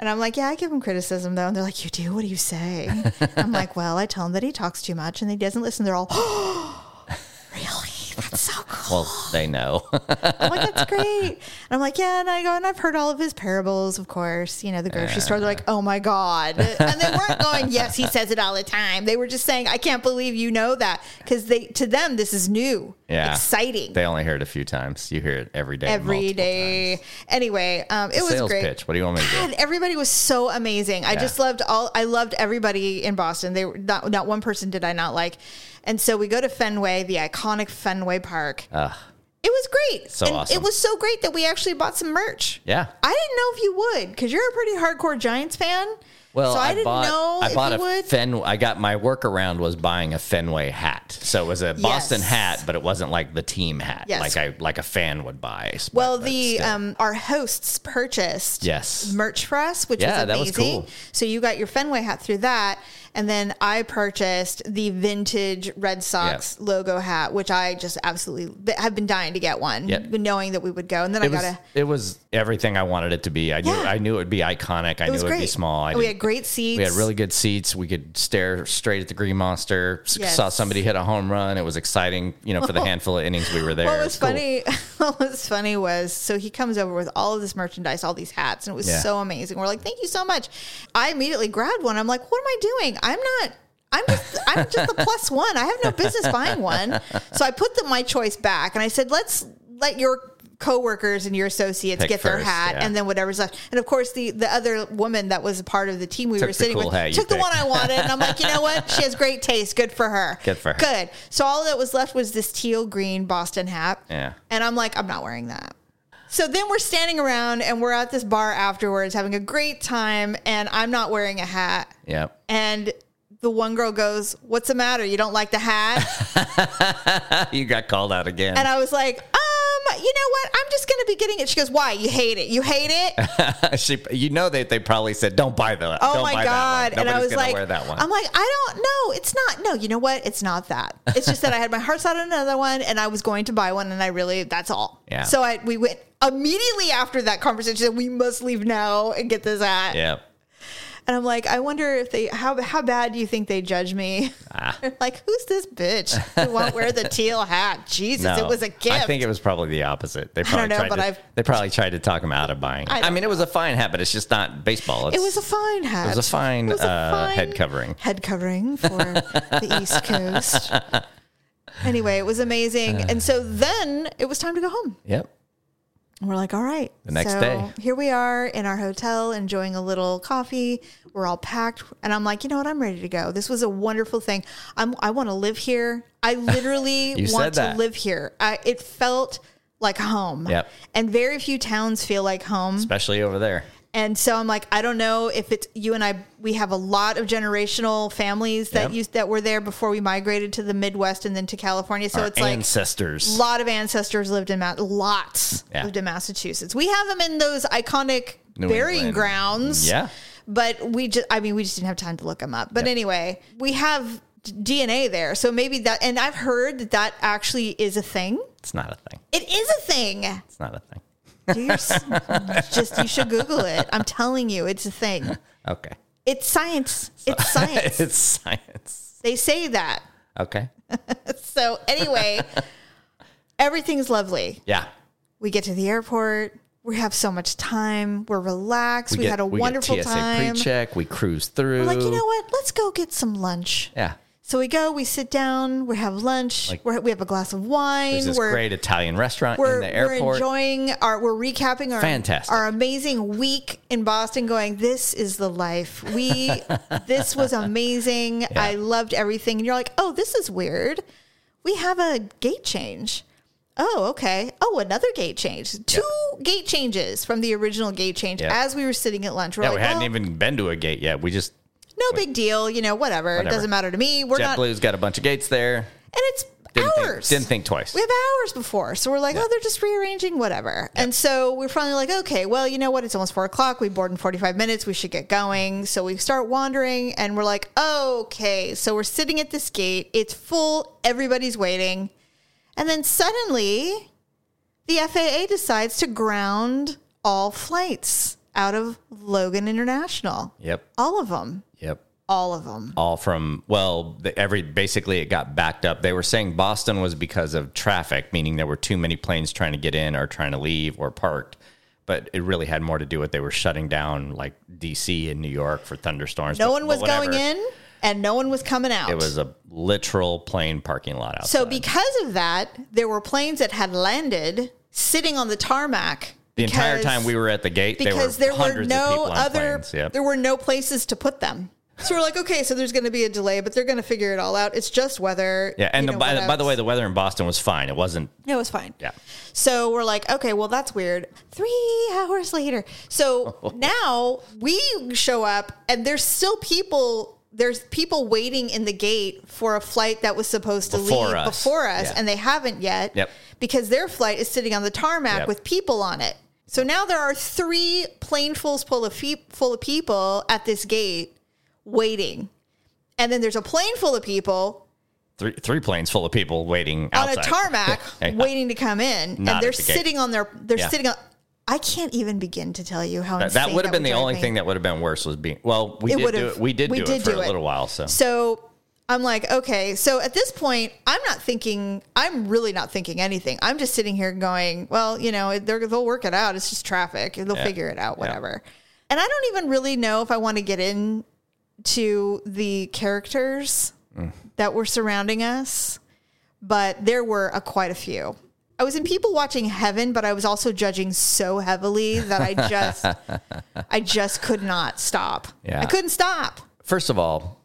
[SPEAKER 1] And I'm like, yeah, I give him criticism though. And they're like, you do? What do you say? I'm like, well, I tell him that he talks too much and he doesn't listen. They're all, oh, really? That's so cool.
[SPEAKER 2] Well, they know.
[SPEAKER 1] I'm like, that's great. And I'm like, yeah. And I go, and I've heard all of his parables, of course. You know, the grocery store. They're like, oh my God. And they weren't going, yes, he says it all the time. They were just saying, I can't believe you know that. Because they, to them, this is new,
[SPEAKER 2] Yeah.
[SPEAKER 1] exciting.
[SPEAKER 2] they only hear it a few times. You hear it every day.
[SPEAKER 1] Every
[SPEAKER 2] multiple
[SPEAKER 1] day.
[SPEAKER 2] times.
[SPEAKER 1] Anyway, um, it was
[SPEAKER 2] Sales
[SPEAKER 1] great.
[SPEAKER 2] pitch. What do you want me to do?
[SPEAKER 1] God, everybody was so amazing. I
[SPEAKER 2] Yeah.
[SPEAKER 1] just loved all. I loved everybody in Boston. They were not not one person did I not like. And so we go to Fenway, the iconic Fenway Park. it was great.
[SPEAKER 2] So
[SPEAKER 1] And It
[SPEAKER 2] awesome.
[SPEAKER 1] was so great that we actually bought some merch.
[SPEAKER 2] Yeah.
[SPEAKER 1] I didn't know if you would because you're a pretty hardcore Giants fan.
[SPEAKER 2] Well,
[SPEAKER 1] so I, didn't
[SPEAKER 2] bought,
[SPEAKER 1] know
[SPEAKER 2] I
[SPEAKER 1] if
[SPEAKER 2] bought
[SPEAKER 1] you
[SPEAKER 2] a
[SPEAKER 1] would.
[SPEAKER 2] Fen. I got my workaround was buying a Fenway hat, so it was a Boston
[SPEAKER 1] Yes.
[SPEAKER 2] hat, but it wasn't like the team hat,
[SPEAKER 1] Yes.
[SPEAKER 2] like I like a fan would buy. but-
[SPEAKER 1] well,
[SPEAKER 2] but
[SPEAKER 1] the
[SPEAKER 2] still.
[SPEAKER 1] um, our hosts purchased
[SPEAKER 2] yes,
[SPEAKER 1] merch for us, which
[SPEAKER 2] Yeah,
[SPEAKER 1] was
[SPEAKER 2] that was
[SPEAKER 1] amazing.
[SPEAKER 2] cool.
[SPEAKER 1] So you got your Fenway hat through that, and then I purchased the vintage Red Sox logo hat, which I just absolutely b- have been dying to get one,
[SPEAKER 2] Yep.
[SPEAKER 1] but knowing that we would go. And then I
[SPEAKER 2] it
[SPEAKER 1] got
[SPEAKER 2] was
[SPEAKER 1] a.
[SPEAKER 2] it was everything I wanted it to be. I knew
[SPEAKER 1] Yeah.
[SPEAKER 2] I knew it would be iconic. I
[SPEAKER 1] It
[SPEAKER 2] knew
[SPEAKER 1] was
[SPEAKER 2] it would
[SPEAKER 1] great.
[SPEAKER 2] be small. I
[SPEAKER 1] we
[SPEAKER 2] didn't-
[SPEAKER 1] had great seats.
[SPEAKER 2] we had really good seats. We could stare straight at the Green Monster. S-
[SPEAKER 1] Yes.
[SPEAKER 2] Saw somebody hit a home run. It was exciting, you know, for the handful of innings we were there.
[SPEAKER 1] What
[SPEAKER 2] It
[SPEAKER 1] was
[SPEAKER 2] cool.
[SPEAKER 1] funny? What was funny was so he comes over with all of this merchandise, all these hats, and it was
[SPEAKER 2] Yeah.
[SPEAKER 1] so amazing. We're like, "Thank you so much!" I immediately grabbed one. I'm like, "What am I doing? I'm not. I'm just. I'm just the plus one. I have no business buying one." So I put the, my choice back, and I said, "Let's let your." coworkers and your associates
[SPEAKER 2] Pick
[SPEAKER 1] get their
[SPEAKER 2] first,
[SPEAKER 1] hat
[SPEAKER 2] yeah.
[SPEAKER 1] and then whatever's left and of course the the other woman that was a part of the team we were
[SPEAKER 2] the
[SPEAKER 1] sitting
[SPEAKER 2] cool
[SPEAKER 1] with
[SPEAKER 2] hat you
[SPEAKER 1] took the
[SPEAKER 2] picked.
[SPEAKER 1] one i wanted and i'm like you know what she has great taste good for her
[SPEAKER 2] Good for her.
[SPEAKER 1] good so all that was left was this teal green boston hat
[SPEAKER 2] Yeah.
[SPEAKER 1] and I'm like, I'm not wearing that. So then we're standing around and we're at this bar afterwards having a great time, and I'm not wearing a hat.
[SPEAKER 2] Yep.
[SPEAKER 1] And the one girl goes, What's the matter? You don't like the hat?
[SPEAKER 2] you got called out again.
[SPEAKER 1] and I was like, Um, you know what? I'm just going to be getting it. She goes, Why? You hate it. You hate it?
[SPEAKER 2] she, you know that they probably said, "Don't buy the."
[SPEAKER 1] Oh
[SPEAKER 2] don't
[SPEAKER 1] my
[SPEAKER 2] buy
[SPEAKER 1] God.
[SPEAKER 2] That one.
[SPEAKER 1] And I
[SPEAKER 2] Nobody's
[SPEAKER 1] was
[SPEAKER 2] gonna
[SPEAKER 1] like,
[SPEAKER 2] wear that one.
[SPEAKER 1] I'm like, I don't know. It's not. No, you know what? It's not that. It's just that I had my heart set on another one and I was going to buy one and I really, that's all.
[SPEAKER 2] Yeah.
[SPEAKER 1] So I, we went immediately after that conversation, we must leave now and get this hat.
[SPEAKER 2] yeah.
[SPEAKER 1] And I'm like, I wonder if they how how bad do you think they judge me?
[SPEAKER 2] Ah.
[SPEAKER 1] like, who's this bitch who won't wear the teal hat? Jesus,
[SPEAKER 2] No.
[SPEAKER 1] it was a gift.
[SPEAKER 2] I think it was probably the opposite. They probably
[SPEAKER 1] know,
[SPEAKER 2] tried
[SPEAKER 1] but
[SPEAKER 2] to,
[SPEAKER 1] I've-
[SPEAKER 2] they probably tried to talk him out of buying.
[SPEAKER 1] I
[SPEAKER 2] I,
[SPEAKER 1] don't
[SPEAKER 2] mean, it was a fine hat, but it's just not baseball. It's,
[SPEAKER 1] It was a fine hat.
[SPEAKER 2] was a fine, uh, head covering.
[SPEAKER 1] Head covering for the East Coast. Anyway, it was amazing. And so then it was time to go home.
[SPEAKER 2] yep.
[SPEAKER 1] And we're like, all right. The
[SPEAKER 2] next
[SPEAKER 1] so
[SPEAKER 2] day.
[SPEAKER 1] Here we are in our hotel enjoying a little coffee. We're all packed. And I'm like, you know what? I'm ready to go. This was a wonderful thing. I'm, I want to live here. I literally
[SPEAKER 2] You said
[SPEAKER 1] want to
[SPEAKER 2] that.
[SPEAKER 1] live here. I, it felt like home.
[SPEAKER 2] Yep.
[SPEAKER 1] And very few towns feel like home.
[SPEAKER 2] Especially over there.
[SPEAKER 1] And so I'm like, I don't know if it's you and I. We have a lot of generational families that
[SPEAKER 2] Yep.
[SPEAKER 1] used that were there before we migrated to the Midwest and then to California. So
[SPEAKER 2] Our
[SPEAKER 1] it's like
[SPEAKER 2] ancestors.
[SPEAKER 1] a lot of ancestors lived in Ma- lots
[SPEAKER 2] Yeah.
[SPEAKER 1] lived in Massachusetts. We have them in those iconic
[SPEAKER 2] New
[SPEAKER 1] burying
[SPEAKER 2] England.
[SPEAKER 1] grounds.
[SPEAKER 2] yeah.
[SPEAKER 1] But we just, I mean, we just didn't have time to look them up. But anyway, we have d- DNA there. So maybe that, and I've heard that that actually is a thing.
[SPEAKER 2] It's not a thing.
[SPEAKER 1] It is a thing.
[SPEAKER 2] It's not a thing.
[SPEAKER 1] Do your, just, you should Google it. I'm telling you, it's a thing.
[SPEAKER 2] Okay.
[SPEAKER 1] It's science. It's science.
[SPEAKER 2] it's science.
[SPEAKER 1] they say that.
[SPEAKER 2] Okay.
[SPEAKER 1] So anyway, everything's lovely.
[SPEAKER 2] Yeah.
[SPEAKER 1] We get to the airport. We have so much time. We're relaxed. We,
[SPEAKER 2] get-
[SPEAKER 1] had a wonderful
[SPEAKER 2] get TSA
[SPEAKER 1] time.
[SPEAKER 2] pre-check. We cruise through.
[SPEAKER 1] Like, you know what? Let's go get some lunch.
[SPEAKER 2] Yeah.
[SPEAKER 1] So we go, we sit down, we have lunch,
[SPEAKER 2] Like-
[SPEAKER 1] we're, we have a glass of wine.
[SPEAKER 2] There's this
[SPEAKER 1] we're,
[SPEAKER 2] great Italian restaurant
[SPEAKER 1] we're,
[SPEAKER 2] in the airport.
[SPEAKER 1] we're enjoying our, we're recapping our,
[SPEAKER 2] Fantastic.
[SPEAKER 1] our amazing week in Boston going, this is the life. We, this was amazing. I loved everything. And you're like, oh, this is weird. We have a gate change. Oh, okay. Oh, another gate change. Two gate changes from the original gate change
[SPEAKER 2] Yeah.
[SPEAKER 1] as we were sitting at lunch. We're
[SPEAKER 2] yeah,
[SPEAKER 1] like, oh."
[SPEAKER 2] we hadn't
[SPEAKER 1] well,
[SPEAKER 2] even been to a gate yet. We just
[SPEAKER 1] no, no big deal. You know, whatever. It
[SPEAKER 2] Whatever.
[SPEAKER 1] doesn't matter to me. We're not, and
[SPEAKER 2] JetBlue's got a bunch of gates there.
[SPEAKER 1] it's
[SPEAKER 2] Didn't
[SPEAKER 1] hours.
[SPEAKER 2] Think, didn't think twice.
[SPEAKER 1] we have hours before. So we're like, oh, they're just rearranging whatever. And so we're finally like, okay, well, you know what? It's almost four o'clock. We board in 45 minutes. We should get going. So we start wandering and we're like, okay. So we're sitting at this gate. It's full. Everybody's waiting. And then suddenly the FAA decides to ground all flights out of Logan International.
[SPEAKER 2] Yep.
[SPEAKER 1] All of them.
[SPEAKER 2] Yep.
[SPEAKER 1] All of them.
[SPEAKER 2] All from well, the, every basically it got backed up. They were saying Boston was because of traffic, meaning there were too many planes trying to get in or trying to leave or parked. But it really had more to do with they were shutting down like DC and New York for thunderstorms.
[SPEAKER 1] No
[SPEAKER 2] but-
[SPEAKER 1] one was
[SPEAKER 2] but whatever.
[SPEAKER 1] going in and no one was coming out.
[SPEAKER 2] It was a literal plane parking lot outside.
[SPEAKER 1] So because of that, there were planes that had landed sitting on the tarmac.
[SPEAKER 2] the entire
[SPEAKER 1] because-
[SPEAKER 2] time we were at the gate,
[SPEAKER 1] because
[SPEAKER 2] there were
[SPEAKER 1] there were
[SPEAKER 2] hundreds of
[SPEAKER 1] no
[SPEAKER 2] people on
[SPEAKER 1] other
[SPEAKER 2] planes. Yep.
[SPEAKER 1] there were no places to put them. So we're like, okay, so there's going to be a delay, but they're going to figure it all out. It's just weather.
[SPEAKER 2] yeah, and
[SPEAKER 1] you
[SPEAKER 2] the,
[SPEAKER 1] know,
[SPEAKER 2] by, the, by the
[SPEAKER 1] whatevs.
[SPEAKER 2] way, the weather in Boston was fine. It wasn't.
[SPEAKER 1] it was fine.
[SPEAKER 2] Yeah,
[SPEAKER 1] So we're like, okay, well, that's weird. Three hours later. So now we show up and there's still people. There's people waiting in the gate for a flight that was supposed to
[SPEAKER 2] Before
[SPEAKER 1] leave
[SPEAKER 2] us.
[SPEAKER 1] before us,
[SPEAKER 2] Yeah.
[SPEAKER 1] and they haven't yet
[SPEAKER 2] Yep.
[SPEAKER 1] because their flight is sitting on the tarmac
[SPEAKER 2] Yep.
[SPEAKER 1] with people on it. So now there are three planefuls full of fe- full of people at this gate waiting, and then there's a plane full of people
[SPEAKER 2] three three planes full of people waiting
[SPEAKER 1] on
[SPEAKER 2] outside.
[SPEAKER 1] a tarmac
[SPEAKER 2] Yeah.
[SPEAKER 1] waiting to come in,
[SPEAKER 2] Not
[SPEAKER 1] and
[SPEAKER 2] at
[SPEAKER 1] they're
[SPEAKER 2] the gate.
[SPEAKER 1] sitting on their they're
[SPEAKER 2] Yeah.
[SPEAKER 1] sitting on. I can't even begin to tell you how
[SPEAKER 2] That, that
[SPEAKER 1] insane
[SPEAKER 2] would have been
[SPEAKER 1] would
[SPEAKER 2] the
[SPEAKER 1] drive
[SPEAKER 2] only
[SPEAKER 1] me.
[SPEAKER 2] thing that would have been worse was being. Well, we
[SPEAKER 1] It
[SPEAKER 2] did do
[SPEAKER 1] would've-
[SPEAKER 2] it. We did
[SPEAKER 1] we
[SPEAKER 2] do
[SPEAKER 1] did
[SPEAKER 2] it for
[SPEAKER 1] do
[SPEAKER 2] a
[SPEAKER 1] it.
[SPEAKER 2] little while. So
[SPEAKER 1] So I'm like, okay. So at this point, I'm not thinking. I'm really not thinking anything. I'm just sitting here going, well, you know, they're, they'll work it out. It's just traffic. They'll figure it out.
[SPEAKER 2] Yeah.
[SPEAKER 1] Whatever. And I don't even really know if I want to get in to the characters
[SPEAKER 2] Mm.
[SPEAKER 1] that were surrounding us, but there were a, quite a few. I was in people watching heaven, but I was also judging so heavily that I just, I just could not stop.
[SPEAKER 2] Yeah.
[SPEAKER 1] I couldn't stop.
[SPEAKER 2] first of all,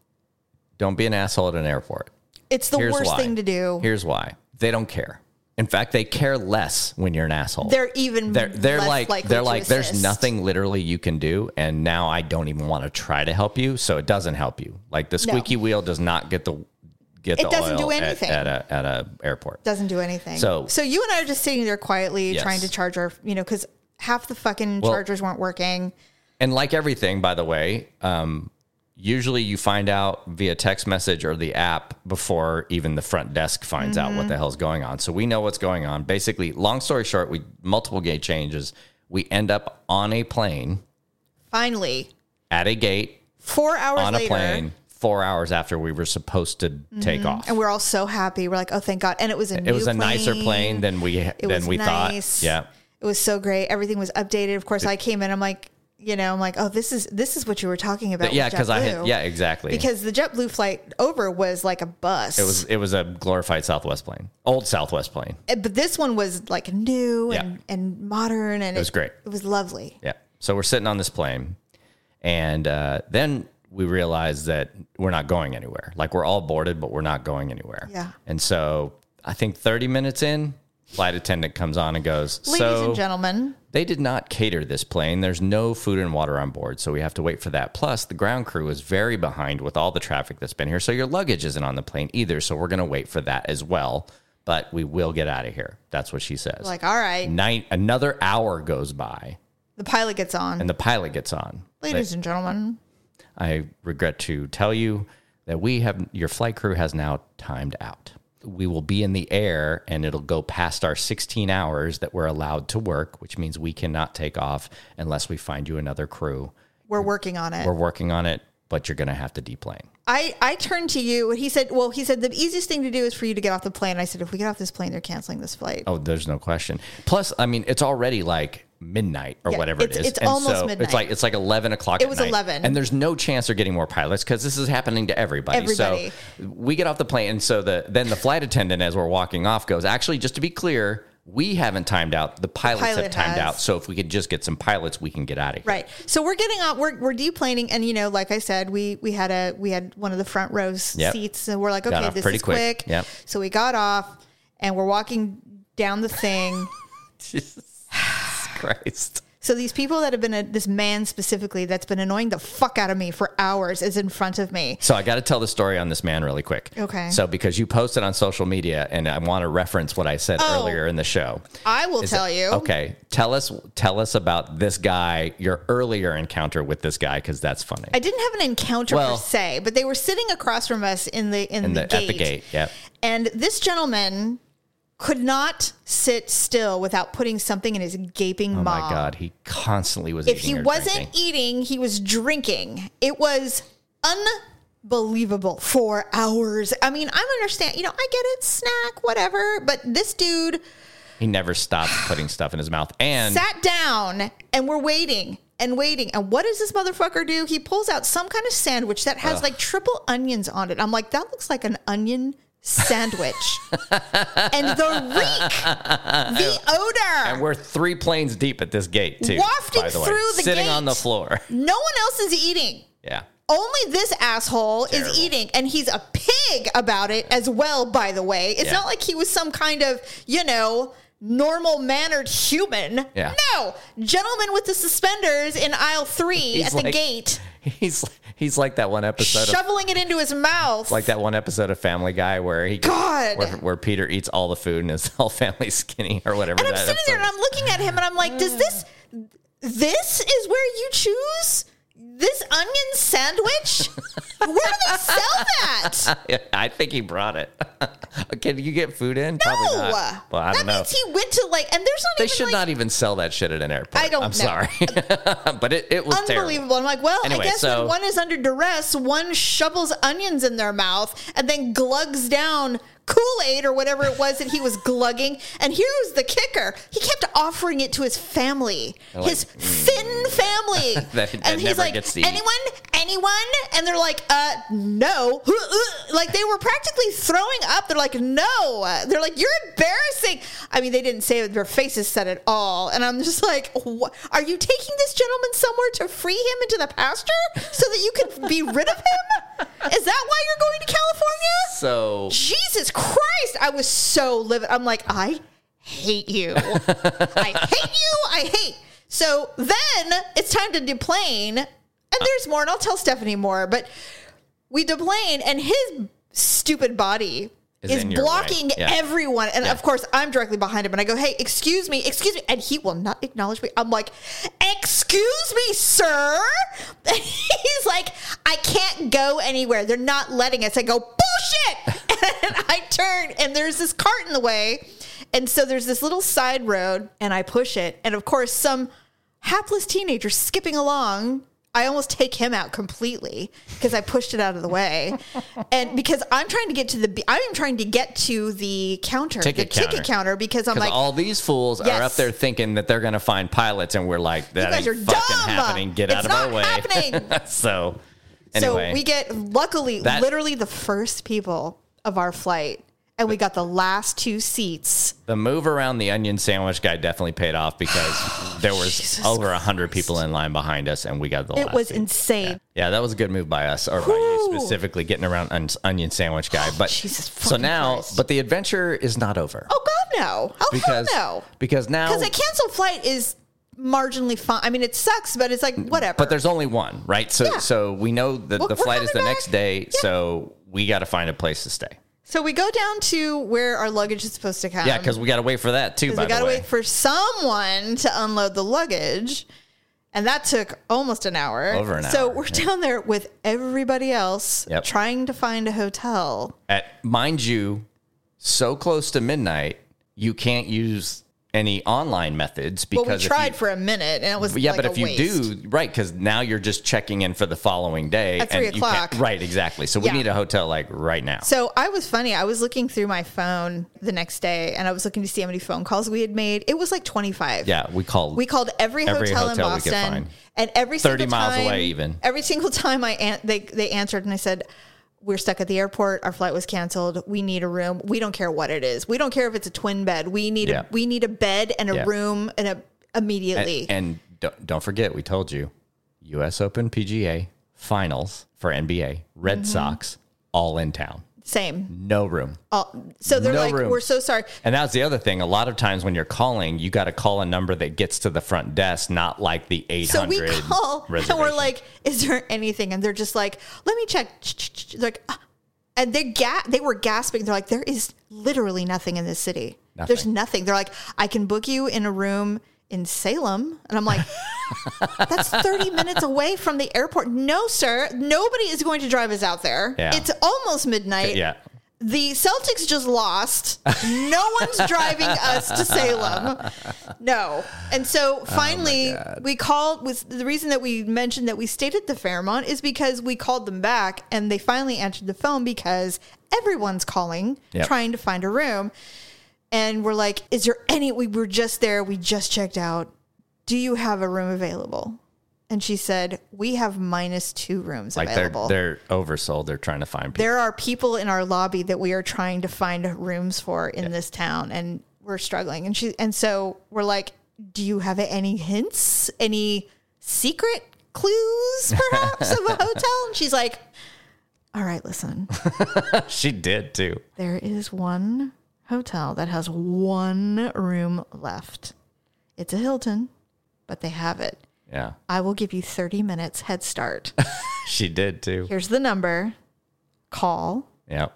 [SPEAKER 2] don't be an asshole at an airport.
[SPEAKER 1] It's the
[SPEAKER 2] Here's
[SPEAKER 1] worst
[SPEAKER 2] why.
[SPEAKER 1] thing to do.
[SPEAKER 2] Here's why they don't care. In fact, they care less when you're an asshole.
[SPEAKER 1] they're even
[SPEAKER 2] they're they're
[SPEAKER 1] less
[SPEAKER 2] like
[SPEAKER 1] likely
[SPEAKER 2] they're
[SPEAKER 1] to
[SPEAKER 2] like there's
[SPEAKER 1] assist.
[SPEAKER 2] nothing literally you can do and now i don't even want to try to help you so it doesn't help you like the squeaky wheel does not get the get
[SPEAKER 1] It
[SPEAKER 2] the
[SPEAKER 1] doesn't
[SPEAKER 2] oil
[SPEAKER 1] do
[SPEAKER 2] at-
[SPEAKER 1] anything.
[SPEAKER 2] at, a at a airport
[SPEAKER 1] doesn't do anything.
[SPEAKER 2] So-
[SPEAKER 1] so you and I are just sitting there quietly
[SPEAKER 2] Yes.
[SPEAKER 1] trying to charge our you know because half the fucking
[SPEAKER 2] Well-
[SPEAKER 1] chargers weren't working.
[SPEAKER 2] and like everything by the way um usually you find out via text message or the app before even the front desk finds out
[SPEAKER 1] Mm-hmm.
[SPEAKER 2] what the hell's going on so we know what's going on basically long story short we multiple gate changes we end up on a plane
[SPEAKER 1] Finally,
[SPEAKER 2] at a gate
[SPEAKER 1] four hours
[SPEAKER 2] on a
[SPEAKER 1] later, Mm-hmm.
[SPEAKER 2] plane four hours after we were supposed to take off.
[SPEAKER 1] and we're all so happy. We're like, oh thank God! And it was a
[SPEAKER 2] it was a nicer plane than we than
[SPEAKER 1] was
[SPEAKER 2] we
[SPEAKER 1] nice.
[SPEAKER 2] thought. Yeah.
[SPEAKER 1] It was so great. Everything was updated. Of course, I came in. I'm like, you know, I'm like, oh, this is this is what you were talking about.
[SPEAKER 2] Yeah,
[SPEAKER 1] with
[SPEAKER 2] because I
[SPEAKER 1] JetBlue.
[SPEAKER 2] had yeah, exactly.
[SPEAKER 1] because the JetBlue flight over was like a bus.
[SPEAKER 2] it was it was a glorified Southwest plane. Old Southwest plane.
[SPEAKER 1] Eh, but this one was like new
[SPEAKER 2] Yeah.
[SPEAKER 1] and, and modern and it
[SPEAKER 2] was great.
[SPEAKER 1] It was lovely.
[SPEAKER 2] Yeah. So we're sitting on this plane and uh, then we realized that we're not going anywhere. Like we're all boarded, but we're not going anywhere.
[SPEAKER 1] Yeah.
[SPEAKER 2] And so I think 30 minutes in, flight attendant comes on and goes,
[SPEAKER 1] Ladies
[SPEAKER 2] so,
[SPEAKER 1] and gentlemen,
[SPEAKER 2] They did not cater this plane. There's no food and water on board, so we have to wait for that. Plus, the ground crew is very behind with all the traffic that's been here, so your luggage isn't on the plane either, so we're going to wait for that as well. But we will get out of here. That's what she says.
[SPEAKER 1] like, all right,
[SPEAKER 2] Nine, another hour goes by,
[SPEAKER 1] the pilot gets on.
[SPEAKER 2] and the pilot gets on.
[SPEAKER 1] Ladies and gentlemen,
[SPEAKER 2] I regret to tell you that we have your flight crew has now timed out. We will be in the air and it'll go past our 16 hours that we're allowed to work, which means we cannot take off unless we find you another crew.
[SPEAKER 1] we're working on it.
[SPEAKER 2] We're working on it, but you're going to have to deplane.
[SPEAKER 1] I, I turned to you and he said, well, he said, the easiest thing to do is for you to get off the plane. I said, if we get off this plane, they're canceling this flight.
[SPEAKER 2] Oh, there's no question. Plus, I mean, it's already like midnight or
[SPEAKER 1] Yeah,
[SPEAKER 2] whatever
[SPEAKER 1] it's-
[SPEAKER 2] it is.
[SPEAKER 1] it's almost midnight.
[SPEAKER 2] It's like it's like eleven o'clock. It
[SPEAKER 1] was 11.
[SPEAKER 2] and there's no chance they're getting more pilots because this is happening to everybody.
[SPEAKER 1] Everybody.
[SPEAKER 2] So we get off the plane, and so the then the flight attendant, as we're walking off, goes. Actually, just to be clear, we haven't timed out. The pilots
[SPEAKER 1] pilot
[SPEAKER 2] have timed
[SPEAKER 1] has.
[SPEAKER 2] out. So if we could just get some pilots, we can get out of here.
[SPEAKER 1] Right. So we're getting out, we're, we're deplaning. And, you know, like I said, we, we had a, we had one of the front row s-
[SPEAKER 2] Yep.
[SPEAKER 1] seats and we're like, okay,
[SPEAKER 2] off
[SPEAKER 1] this
[SPEAKER 2] pretty
[SPEAKER 1] is
[SPEAKER 2] quick.
[SPEAKER 1] quick.
[SPEAKER 2] Yep.
[SPEAKER 1] So we got off and we're walking down the thing.
[SPEAKER 2] Jesus Christ.
[SPEAKER 1] So these people that have been, this man specifically that's been annoying the fuck out of me for hours is in front of me.
[SPEAKER 2] So I got to tell the story on this man really quick.
[SPEAKER 1] Okay.
[SPEAKER 2] So because you posted on social media, and I want to reference what I said
[SPEAKER 1] Oh.
[SPEAKER 2] earlier in the show.
[SPEAKER 1] I will tell you.
[SPEAKER 2] Okay, tell us tell us about this guy, your earlier encounter with this guy, because that's funny.
[SPEAKER 1] I didn't have an encounter
[SPEAKER 2] Well-
[SPEAKER 1] per se, but they were sitting across from us in the in,
[SPEAKER 2] in
[SPEAKER 1] the,
[SPEAKER 2] the,
[SPEAKER 1] gate,
[SPEAKER 2] at the gate, yeah.
[SPEAKER 1] and this gentleman could not sit still without putting something in his gaping
[SPEAKER 2] Oh
[SPEAKER 1] maw.
[SPEAKER 2] my god, he constantly was.
[SPEAKER 1] If
[SPEAKER 2] eating
[SPEAKER 1] he
[SPEAKER 2] or
[SPEAKER 1] wasn't
[SPEAKER 2] drinking.
[SPEAKER 1] eating, he was drinking. It was unbelievable for hours. I mean, I understand, you know, I get it, snack, whatever, but this dude
[SPEAKER 2] he never stopped putting stuff in his mouth, and
[SPEAKER 1] sat down and we're waiting and waiting. And what does this motherfucker do? He pulls out some kind of sandwich that has like triple onions on it. I'm like, that looks like an onion sandwich. and the reek, the
[SPEAKER 2] and
[SPEAKER 1] odor.
[SPEAKER 2] we're three planes deep at this gate too.
[SPEAKER 1] Wafting
[SPEAKER 2] by the way,
[SPEAKER 1] through the
[SPEAKER 2] sitting
[SPEAKER 1] gate.
[SPEAKER 2] on the floor.
[SPEAKER 1] No one else is eating.
[SPEAKER 2] yeah.
[SPEAKER 1] Only this asshole
[SPEAKER 2] Terrible.
[SPEAKER 1] is eating, and he's a pig about it as well, by the way. It's
[SPEAKER 2] Yeah.
[SPEAKER 1] not like he was some kind of, you know, normal mannered human.
[SPEAKER 2] Yeah.
[SPEAKER 1] No, gentleman with the suspenders in aisle three
[SPEAKER 2] He's
[SPEAKER 1] at the
[SPEAKER 2] like-
[SPEAKER 1] gate,
[SPEAKER 2] He's he's like that one episode of
[SPEAKER 1] shoveling it into his mouth.
[SPEAKER 2] like that one episode of Family Guy where he
[SPEAKER 1] God.
[SPEAKER 2] where, where Peter eats all the food and his whole family's skinny or whatever.
[SPEAKER 1] and I'm
[SPEAKER 2] that
[SPEAKER 1] sitting there and
[SPEAKER 2] episode
[SPEAKER 1] I'm looking at him and I'm like, does this, this is where you choose? This onion sandwich? Where do they sell that?
[SPEAKER 2] is. I think he brought it. Can you get food in?
[SPEAKER 1] No.
[SPEAKER 2] Probably not. Well, I
[SPEAKER 1] that
[SPEAKER 2] don't know.
[SPEAKER 1] means he went to like, and there's not
[SPEAKER 2] They
[SPEAKER 1] even
[SPEAKER 2] should
[SPEAKER 1] like,
[SPEAKER 2] not even sell that shit at an airport.
[SPEAKER 1] I don't
[SPEAKER 2] I'm
[SPEAKER 1] know.
[SPEAKER 2] sorry, but it, it was terrible.
[SPEAKER 1] unbelievable. I'm like, well,
[SPEAKER 2] Anyway,
[SPEAKER 1] I guess
[SPEAKER 2] so-
[SPEAKER 1] when one is under duress, one shovels onions in their mouth and then glugs down Kool Aid or whatever it was that he was glugging. And here was the kicker: he kept offering it to his family,
[SPEAKER 2] like, hmm.
[SPEAKER 1] his thin family,
[SPEAKER 2] That- that
[SPEAKER 1] and he's
[SPEAKER 2] never
[SPEAKER 1] like,
[SPEAKER 2] gets to eat.
[SPEAKER 1] anyone, anyone, and they're like, uh, no, like they were practically throwing up. They're like, no, they're like, you're embarrassing. I mean, they didn't say it; their faces said it all. And I'm just like, what? are you taking this gentleman somewhere to free him into the pasture so that you can be rid of him? Is that why you're going to California?
[SPEAKER 2] So
[SPEAKER 1] Jesus Christ, I was so livid. I'm like, I hate you. I hate you. I hate. So then it's time to deplane, and there's more, and I'll tell Stephanie more. But we deplane, and his stupid body
[SPEAKER 2] Is
[SPEAKER 1] is,
[SPEAKER 2] in your way.
[SPEAKER 1] blocking
[SPEAKER 2] Yeah.
[SPEAKER 1] everyone. And of course, I'm directly behind him, and I go, "Hey, excuse me, excuse me," and he will not acknowledge me. I'm like, "Excuse me, sir." And he's like, "I can't go anywhere. They're not letting us." I go, "Bullshit!" and I turn, and there's this cart in the way. And so there's this little side road, and I push it. And of course, some hapless teenager skipping along. I almost take him out completely because I pushed it out of the way, and because I'm trying to get to the, b- I'm trying to get to the counter,
[SPEAKER 2] Ticket
[SPEAKER 1] the
[SPEAKER 2] counter.
[SPEAKER 1] ticket counter, because I'm
[SPEAKER 2] 'cause
[SPEAKER 1] like,
[SPEAKER 2] all these fools are up
[SPEAKER 1] Yes.
[SPEAKER 2] there thinking that they're gonna find pilots, and we're like,
[SPEAKER 1] you
[SPEAKER 2] that ain't
[SPEAKER 1] guys are
[SPEAKER 2] fucking
[SPEAKER 1] dumb.
[SPEAKER 2] happening. Get
[SPEAKER 1] it's
[SPEAKER 2] out of
[SPEAKER 1] not
[SPEAKER 2] our way.
[SPEAKER 1] happening.
[SPEAKER 2] so anyway,
[SPEAKER 1] So we get luckily,
[SPEAKER 2] That-
[SPEAKER 1] literally the first people of our flight, and we got the last two seats.
[SPEAKER 2] the move around the onion sandwich guy definitely paid off
[SPEAKER 1] Oh,
[SPEAKER 2] because there was over a hundred people in line behind us, and we got the.
[SPEAKER 1] It
[SPEAKER 2] last
[SPEAKER 1] was
[SPEAKER 2] seat.
[SPEAKER 1] insane.
[SPEAKER 2] Yeah, that was a good move by us, or by you
[SPEAKER 1] Whew. Oh,
[SPEAKER 2] specifically, getting around on onion sandwich guy. But
[SPEAKER 1] Jesus
[SPEAKER 2] so
[SPEAKER 1] fucking
[SPEAKER 2] now,
[SPEAKER 1] Christ.
[SPEAKER 2] but the adventure is not over
[SPEAKER 1] Oh God, no! Oh
[SPEAKER 2] because
[SPEAKER 1] hell no!
[SPEAKER 2] because now
[SPEAKER 1] Because a canceled flight is marginally fine. I mean, it sucks, but it's like whatever.
[SPEAKER 2] but there's only one, right? So
[SPEAKER 1] Yeah.
[SPEAKER 2] so we know that
[SPEAKER 1] We're- we're
[SPEAKER 2] the flight is the
[SPEAKER 1] coming
[SPEAKER 2] next
[SPEAKER 1] back.
[SPEAKER 2] day,
[SPEAKER 1] Yeah.
[SPEAKER 2] so we got to find a place to stay.
[SPEAKER 1] So we go down to where our luggage is supposed to come.
[SPEAKER 2] Yeah, because we got to wait for that too.
[SPEAKER 1] 'Cause
[SPEAKER 2] By
[SPEAKER 1] Um, we got
[SPEAKER 2] the
[SPEAKER 1] to
[SPEAKER 2] way,
[SPEAKER 1] wait for someone to unload the luggage. And that took almost an hour.
[SPEAKER 2] Over an
[SPEAKER 1] So
[SPEAKER 2] hour,
[SPEAKER 1] we're
[SPEAKER 2] yeah.
[SPEAKER 1] down there with everybody else
[SPEAKER 2] Yep.
[SPEAKER 1] trying to find a hotel.
[SPEAKER 2] at mind you, so close to midnight, you can't use any online methods because
[SPEAKER 1] But we
[SPEAKER 2] if you-
[SPEAKER 1] tried for a minute and it was
[SPEAKER 2] yeah,
[SPEAKER 1] like
[SPEAKER 2] but
[SPEAKER 1] a
[SPEAKER 2] if you
[SPEAKER 1] waste.
[SPEAKER 2] do, right, because now you're just checking in for the following day.
[SPEAKER 1] At three
[SPEAKER 2] and you can't-
[SPEAKER 1] o'clock.
[SPEAKER 2] Right, exactly. So
[SPEAKER 1] Yeah.
[SPEAKER 2] we need a hotel like right now.
[SPEAKER 1] So I was funny. I was looking through my phone the next day and I was looking to see how many phone calls we had made. It was like 25.
[SPEAKER 2] yeah, we called.
[SPEAKER 1] We called every,
[SPEAKER 2] Every
[SPEAKER 1] hotel,
[SPEAKER 2] hotel
[SPEAKER 1] in
[SPEAKER 2] we could find.
[SPEAKER 1] Boston, and every
[SPEAKER 2] 30
[SPEAKER 1] single
[SPEAKER 2] miles
[SPEAKER 1] time-
[SPEAKER 2] away even.
[SPEAKER 1] Every single time I an- they they answered, and I said, "We're stuck at the airport. Our flight was canceled. We need a room. We don't care what it is. We don't care if it's a twin bed. We need
[SPEAKER 2] Yeah.
[SPEAKER 1] a, we need a bed and a
[SPEAKER 2] Yeah.
[SPEAKER 1] room and a immediately."
[SPEAKER 2] and and don't, don't forget, we told you,
[SPEAKER 1] Mm-hmm.
[SPEAKER 2] U.S. Open PGA Finals for NBA, Red Sox, all in town.
[SPEAKER 1] Same.
[SPEAKER 2] No room.
[SPEAKER 1] All, so they're
[SPEAKER 2] No
[SPEAKER 1] like,
[SPEAKER 2] room.
[SPEAKER 1] we're so sorry.
[SPEAKER 2] And that's the other thing. A lot of times when you're calling, you got to call a number that gets to the front desk, not like the 800.
[SPEAKER 1] So we call and we're
[SPEAKER 2] reservation.
[SPEAKER 1] like, is there anything? And they're just like, let me check. They're like, "Ah." and they ga- they were gasping. They're like, there is literally nothing in this city. There's
[SPEAKER 2] Nothing.
[SPEAKER 1] nothing. They're like, I can book you in a room in Salem. And I'm like, that's 30 minutes away from the airport. No, sir. Nobody is going to drive us out there.
[SPEAKER 2] Yeah.
[SPEAKER 1] It's almost midnight.
[SPEAKER 2] yeah.
[SPEAKER 1] The Celtics just lost. No one's driving us to Salem. No. And
[SPEAKER 2] Oh
[SPEAKER 1] so finally we called was the reason that we mentioned that we stayed at the Fairmont is because we called them back and they finally answered the phone because everyone's calling
[SPEAKER 2] Yep.
[SPEAKER 1] trying to find a room. And we're like, is there any we were just there, we just checked out. Do you have a room available? And she said, We have minus two rooms
[SPEAKER 2] Like they're,
[SPEAKER 1] available
[SPEAKER 2] they're oversold. They're trying to find people.
[SPEAKER 1] there are people in our lobby that we are trying to find rooms for in this town and we're struggling and she and so we're like do you have any hints any secret clues perhaps of a hotel and she's like all right listen
[SPEAKER 2] she did too.
[SPEAKER 1] there is one hotel that has one room left it's a hilton but they have it
[SPEAKER 2] Yeah.
[SPEAKER 1] i will give you 30 minutes head start
[SPEAKER 2] She did too.
[SPEAKER 1] here's the number call
[SPEAKER 2] Yeah.